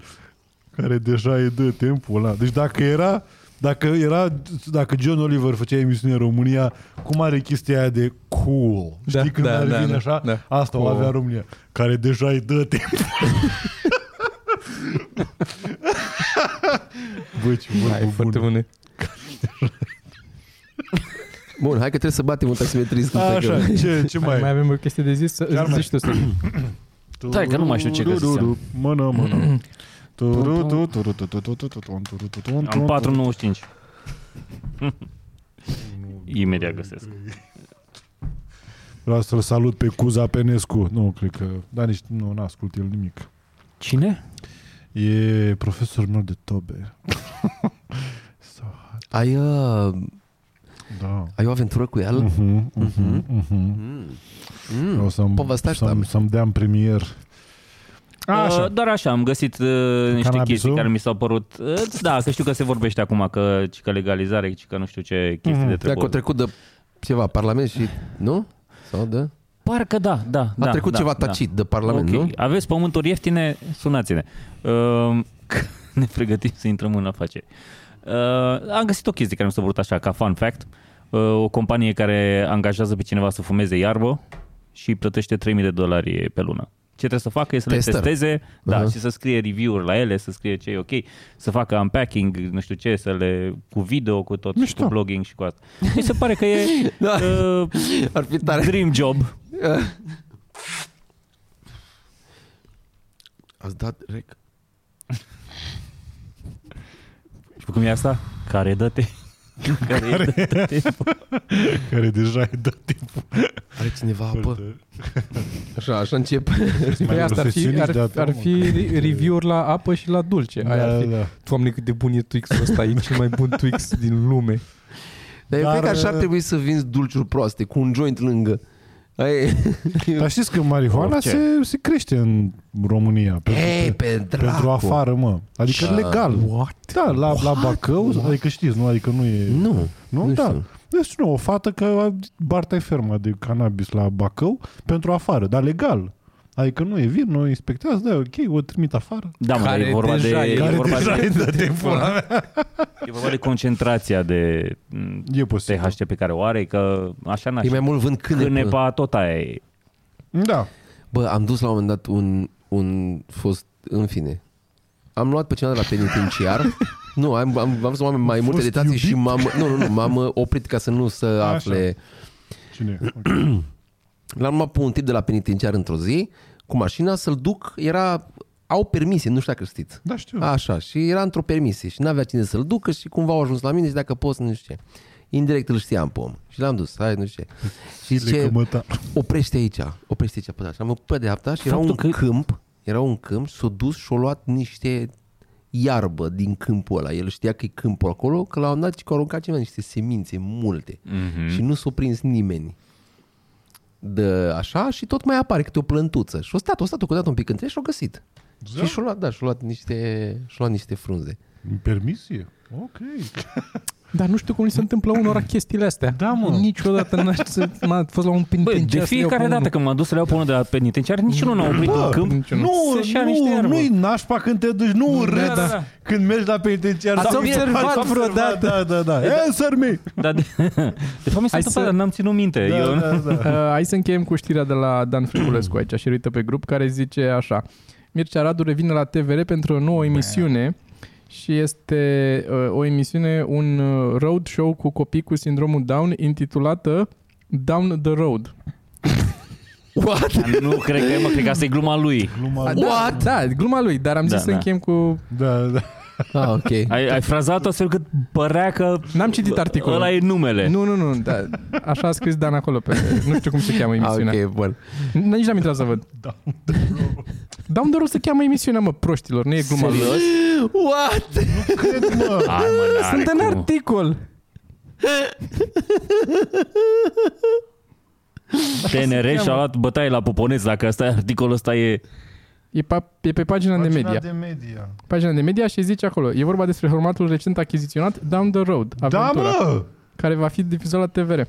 Speaker 3: Care deja e de timpul ăla. Deci dacă era, dacă era, dacă John Oliver făcea emisiune în România, cum are chestia aia de cool?
Speaker 1: Da,
Speaker 3: Știi când
Speaker 1: da,
Speaker 3: ar
Speaker 1: da,
Speaker 3: vine
Speaker 1: da,
Speaker 3: așa?
Speaker 1: da.
Speaker 3: Asta o
Speaker 1: Cool.
Speaker 3: avea România. Care deja e de timpul. Bă, ce
Speaker 1: Hai,
Speaker 3: vorbă
Speaker 1: foarte
Speaker 3: bună.
Speaker 1: bune.
Speaker 5: Bun, hai că trebuie să batem un taximetrist.
Speaker 3: Așa, ce, ce mai
Speaker 1: Mai,
Speaker 3: e?
Speaker 1: mai avem o chestie de zis? Să-
Speaker 3: Chiar mai-
Speaker 1: Zici tu, să
Speaker 4: Stai că nu mai știu ce găsisem.
Speaker 3: Mână, mână.
Speaker 4: Am 4,95. Imediat găsesc.
Speaker 3: Vreau să-l salut pe Cuza Penescu. Nu, cred că... Dar nici nu n-a ascult el nimic.
Speaker 4: Cine?
Speaker 3: E profesorul meu de tobe.
Speaker 5: Ai, uh,
Speaker 3: Da.
Speaker 5: ai o aventură cu el?
Speaker 3: Mhm, mhm, mhm.
Speaker 5: Mm.
Speaker 3: O
Speaker 5: Mm.
Speaker 3: să-mi,
Speaker 5: Povestește,
Speaker 3: să-mi,
Speaker 5: Ami.
Speaker 3: să-mi dea în premier.
Speaker 4: Așa. Doar așa, am găsit uh, niște
Speaker 3: Cannabisul?
Speaker 4: chestii care mi s-au părut... Uh, da, că știu că se vorbește acum că, ci că legalizare, ci că nu știu ce chestii
Speaker 3: Mhm.
Speaker 4: de
Speaker 5: Dacă a
Speaker 4: trecut.
Speaker 5: trecut de ceva parlament și... Nu? Sau de...
Speaker 4: Parcă da, da.
Speaker 5: A
Speaker 4: da,
Speaker 5: trecut
Speaker 4: da,
Speaker 5: ceva
Speaker 4: da.
Speaker 5: tacit de parlament,
Speaker 4: Ok.
Speaker 5: nu?
Speaker 4: Aveți pământuri ieftine, sunați-ne. Uh, că ne pregătim să intrăm în afaceri. Uh, am găsit o chestie care mi s-a părut așa, ca fun fact. Uh, o companie care angajează pe cineva să fumeze iarbă și îi plătește 3000 de dolari pe lună trebuie să facă e să
Speaker 5: Tester.
Speaker 4: le testeze da,
Speaker 5: Aha.
Speaker 4: și să scrie review-uri la ele, să scrie ce e ok, să facă unpacking, nu știu ce, să le cu video, cu tot, și cu blogging și cu asta. Mi se pare că e
Speaker 5: Da.
Speaker 4: uh,
Speaker 5: Ar fi tare.
Speaker 4: dream job.
Speaker 5: Ați dat rec.
Speaker 4: Și cum e asta? Care dă-te? Care, Care? dă-te?
Speaker 3: care deja e dat timp.
Speaker 5: Are cineva apă? Așa, așa încep.
Speaker 1: Păi asta ar fi,
Speaker 3: profesionist
Speaker 1: ar,
Speaker 3: de
Speaker 1: ar,
Speaker 3: atât, mă,
Speaker 1: fi review-uri la apă și la dulce. Aia ar fi.
Speaker 3: da.
Speaker 1: Doamne, cât de bun e Twix-ul ăsta, e cel mai bun Twix din lume.
Speaker 5: Dar eu cred
Speaker 3: Dar,
Speaker 5: că așa ar
Speaker 3: uh,
Speaker 5: trebui să vinzi dulciuri proaste, cu un joint lângă. Aia e.
Speaker 3: Dar știți că marihuana
Speaker 4: Orice.
Speaker 3: se, se crește în România. Pentru,
Speaker 5: Ei,
Speaker 3: pe,
Speaker 5: pe dracu.
Speaker 3: pentru afară, mă. Adică
Speaker 5: Și-
Speaker 3: legal.
Speaker 1: What?
Speaker 3: Da, la, la Bacău, adică știți, nu? Adică nu e...
Speaker 5: Nu.
Speaker 3: Nu,
Speaker 5: Nu
Speaker 3: da.
Speaker 5: știu.
Speaker 3: Deci nu, o fată că barta e fermă de cannabis la Bacău pentru afară, dar legal. Adică nu e vin, nu o inspectează, da, e ok, o trimit afară.
Speaker 4: Da, mă, dar
Speaker 1: Care
Speaker 4: e vorba de,
Speaker 1: deja e-
Speaker 4: e,
Speaker 1: care
Speaker 4: vorba de,
Speaker 3: de
Speaker 4: e vorba de concentrația de m,
Speaker 3: E posibil.
Speaker 4: THC pe care o are, că așa n-aș
Speaker 5: E mai mult vând câine. până-
Speaker 4: Cânepa tot aia e.
Speaker 3: Da.
Speaker 5: Bă, am dus la un moment dat un, un fost, în fine. Am luat pe cineva de la penitenciar. nu, am, am, am văzut oameni mai multe
Speaker 3: fost
Speaker 5: detalii și
Speaker 3: iubit?
Speaker 5: m-am, nu, nu, nu, m-am uh, oprit ca să nu să
Speaker 3: Așa.
Speaker 5: afle.
Speaker 3: Cine? e? Ok.
Speaker 5: L-am luat pe un tip de la penitenciar într-o zi, cu mașina, să-l duc, era, au permisie, nu știu dacă știți.
Speaker 3: Da, știu.
Speaker 5: Așa, și era într-o permisie și n-avea cine să-l ducă și cumva au ajuns la mine și dacă poți, nu știu ce. Indirect îl știam pe om și l-am dus, hai, nu știu ce. Și zice,
Speaker 3: Lecămăta.
Speaker 5: oprește aici, oprește aici pe dreapta. Și am făcut pe dreapta și era
Speaker 4: Faptul
Speaker 5: un
Speaker 4: că-
Speaker 5: că... câmp, era un câmp și s-a dus și a luat niște iarbă din câmpul ăla. El știa că e câmpul acolo, că la un dat și că a aruncat cineva niște semințe multe mm-hmm. și nu s-a prins nimeni de așa și tot mai apare câte o plântuță. Și o stat, o stat, o cădat un pic între și o găsit.
Speaker 3: Da?
Speaker 5: Și și-o luat, da, și-o luat niște, și-o luat niște frunze.
Speaker 3: În Permisie? Ok.
Speaker 1: Dar nu știu cum li se întâmplă unora chestiile astea.
Speaker 3: Da, mă.
Speaker 1: Niciodată n-aș să... M-a fost la un
Speaker 4: Bă,
Speaker 1: penitenciar
Speaker 4: Păi, de
Speaker 1: să iau
Speaker 4: fiecare
Speaker 1: pe
Speaker 4: dată
Speaker 1: unul.
Speaker 4: când m-am dus să le iau pe unul de la penitenciar, niciunul n-a oprit în câmp.
Speaker 1: niciunul.
Speaker 3: Nu,
Speaker 4: Să-și ia niște
Speaker 3: nu,
Speaker 4: iarbă.
Speaker 3: nu-i nașpa când te duci, nu urât
Speaker 4: da, da.
Speaker 3: când mergi la penitenciar.
Speaker 1: Ați
Speaker 3: Da,
Speaker 1: observat
Speaker 3: ați
Speaker 1: vreodată?
Speaker 3: Da, da, da. Answer me!
Speaker 4: Dar de, de fapt mi s-a
Speaker 1: Hai
Speaker 4: întâmplat,
Speaker 1: să-
Speaker 4: dar n-am ținut minte.
Speaker 3: Da,
Speaker 4: Eu,
Speaker 3: da, da.
Speaker 1: Uh, hai să încheiem cu știrea de la Dan Friculescu aici, șeruită pe grup, care zice așa. Mircea Radu revine la TVR pentru o nouă emisiune și este uh, o emisiune, un uh, road show cu copii cu sindromul Down intitulată Down the Road.
Speaker 5: What?
Speaker 4: Nu, cred că, mă, cred că asta e gluma lui.
Speaker 3: Gluma.
Speaker 5: What?
Speaker 1: Da, gluma lui, dar am zis
Speaker 4: Da,
Speaker 1: da, să
Speaker 4: da.
Speaker 1: da. încheiem cu...
Speaker 3: Da, da.
Speaker 5: Ah, ok.
Speaker 4: Ai, ai frazat astfel cât părea că
Speaker 1: N-am citit articolul.
Speaker 4: ăla e numele.
Speaker 1: Nu, nu, nu, da, așa a scris Dan acolo pe... Nu știu cum se cheamă
Speaker 5: Ah,
Speaker 1: emisiunea.
Speaker 5: ok, bun.
Speaker 1: N- Nici n-am intrat să văd.
Speaker 3: Da,
Speaker 1: Down the Road se cheamă emisiunea, mă, proștilor, nu e gluma lui.
Speaker 4: Serios?
Speaker 5: What?
Speaker 4: Hai, mă, n-are
Speaker 1: Sunt în
Speaker 4: cum.
Speaker 1: articol.
Speaker 4: TNR și-a luat bătaie la poponeț, dacă asta e articolul ăsta e...
Speaker 1: E, pa- e pe pagina, de media.
Speaker 3: de media.
Speaker 1: Pagina de media și zice acolo. E vorba despre formatul recent achiziționat Down the Road,
Speaker 3: Da,
Speaker 1: Aventura,
Speaker 3: mă!
Speaker 1: care va fi difuzat la TVR.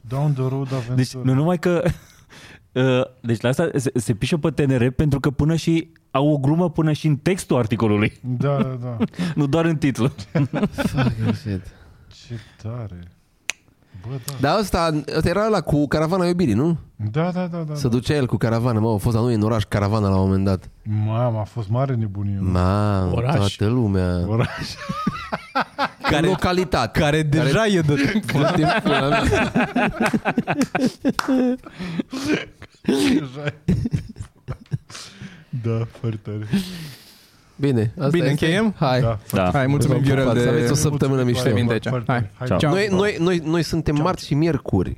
Speaker 3: Down the road aventura.
Speaker 4: Deci nu numai că... Uh, Deci la asta se, se pișă pe TNR pentru că până și au o glumă până și în textul articolului,
Speaker 3: Da, da, da.
Speaker 4: nu doar în titlu.
Speaker 5: Fucking shit.
Speaker 3: Ce tare. Bă, da.
Speaker 5: Dar ăsta, ăsta era la cu caravana iubirii, nu?
Speaker 3: Da, da, da, da.
Speaker 5: Se
Speaker 3: da.
Speaker 5: ducea el cu caravana, mă, a fost la noi în oraș caravana la un moment dat.
Speaker 3: Mamă, a fost mare nebunie.
Speaker 4: Da.
Speaker 3: mă.
Speaker 5: Mamă,
Speaker 1: Oraș.
Speaker 5: toată lumea.
Speaker 3: Oraș.
Speaker 5: Care, localitate. Care
Speaker 1: Deja e de...
Speaker 3: da, foarte tare.
Speaker 5: Bine, asta
Speaker 1: Bine,
Speaker 5: este.
Speaker 1: încheiem?
Speaker 5: Hai.
Speaker 3: Da.
Speaker 4: Da.
Speaker 1: Hai, mulțumim,
Speaker 5: Vă
Speaker 1: Viorel,
Speaker 5: pupați.
Speaker 1: de...
Speaker 5: Aveți o
Speaker 1: Aveți
Speaker 5: săptămână mișto.
Speaker 1: Mulțumim. minte aici. Hai.
Speaker 3: Ciao.
Speaker 1: Ceau.
Speaker 5: Noi, noi, noi, noi suntem marți și miercuri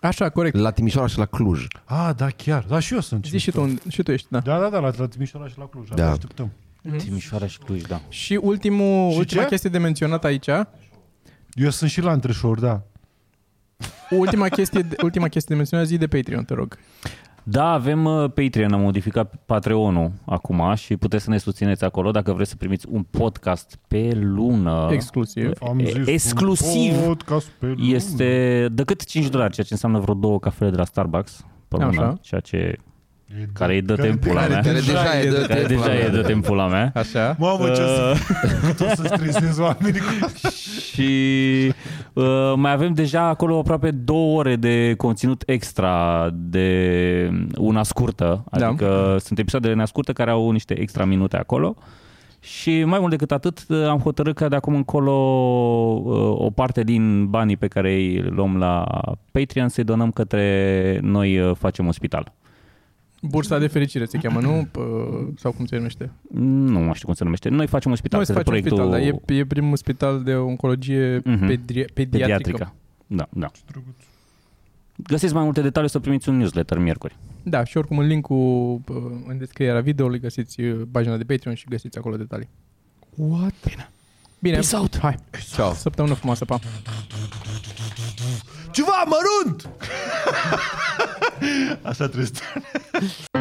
Speaker 1: Așa, corect.
Speaker 5: la Timișoara și la Cluj.
Speaker 3: Ah, da, chiar. Da, și eu sunt.
Speaker 1: Zici și tu, un- și tu ești, da.
Speaker 3: Da, da, da, la, la Timișoara și la Cluj.
Speaker 5: Da.
Speaker 3: Da. Așteptăm.
Speaker 4: Timișoara și Cluj, da.
Speaker 1: Și ultimul,
Speaker 3: Și
Speaker 1: ultima
Speaker 3: ce?
Speaker 1: chestie de menționat aici,
Speaker 3: Eu sunt și la întreșori, da.
Speaker 1: ultima chestie, de, ultima chestie de menționat, zi de Patreon, te rog.
Speaker 4: Da, avem uh, Patreon, am modificat Patreon-ul acum și puteți să ne susțineți acolo dacă vreți să primiți un podcast pe lună.
Speaker 1: Exclusiv.
Speaker 3: Am
Speaker 4: E-
Speaker 3: zis un
Speaker 4: exclusiv
Speaker 3: Podcast pe lună.
Speaker 4: Este decât 5 dolari, ceea ce înseamnă vreo două cafele de la Starbucks pe lună,
Speaker 1: Așa.
Speaker 4: ceea ce
Speaker 3: E
Speaker 4: care îi dă
Speaker 3: care-
Speaker 4: timpul la
Speaker 3: care
Speaker 4: mea.
Speaker 5: Care
Speaker 3: deja
Speaker 5: deja
Speaker 3: e
Speaker 5: e de
Speaker 4: Care
Speaker 5: timpul
Speaker 4: deja
Speaker 5: la
Speaker 4: e
Speaker 5: mea.
Speaker 4: de timpul la mea. Ă,
Speaker 1: Așa?
Speaker 3: Mamă, ce o să, cât o să stresez oamenii cu
Speaker 4: și uh, mai avem deja acolo aproape două ore de conținut extra de una scurtă,
Speaker 1: Da.
Speaker 4: adică sunt episoadele neascurte care au niște extra minute acolo. Și mai mult decât atât, uh, am hotărât că de acum încolo uh, o parte din banii pe care îi luăm la Patreon să-i donăm către noi uh, facem un spital.
Speaker 1: Bursa de fericire se cheamă, nu? Pă- Sau cum se numește?
Speaker 4: Nu mai știu cum se numește. Noi facem un spital.
Speaker 1: Noi să
Speaker 4: către
Speaker 1: facem
Speaker 4: Da, proiectul...
Speaker 1: spital, da. E, e primul spital de oncologie
Speaker 4: Mhm.
Speaker 1: pedri- pediatrică.
Speaker 4: pediatrică. Da, da. Găsiți mai multe detalii o să primiți un newsletter miercuri.
Speaker 1: Da, și oricum în linkul uh, în descrierea videoului găsiți uh, pagina de Patreon și găsiți acolo detalii.
Speaker 5: What?
Speaker 1: Bine,
Speaker 5: Peace out.
Speaker 1: hai,
Speaker 5: Ciao.
Speaker 1: săptămână frumoasă, pa!
Speaker 3: Ceva mărunt! Așa trebuie să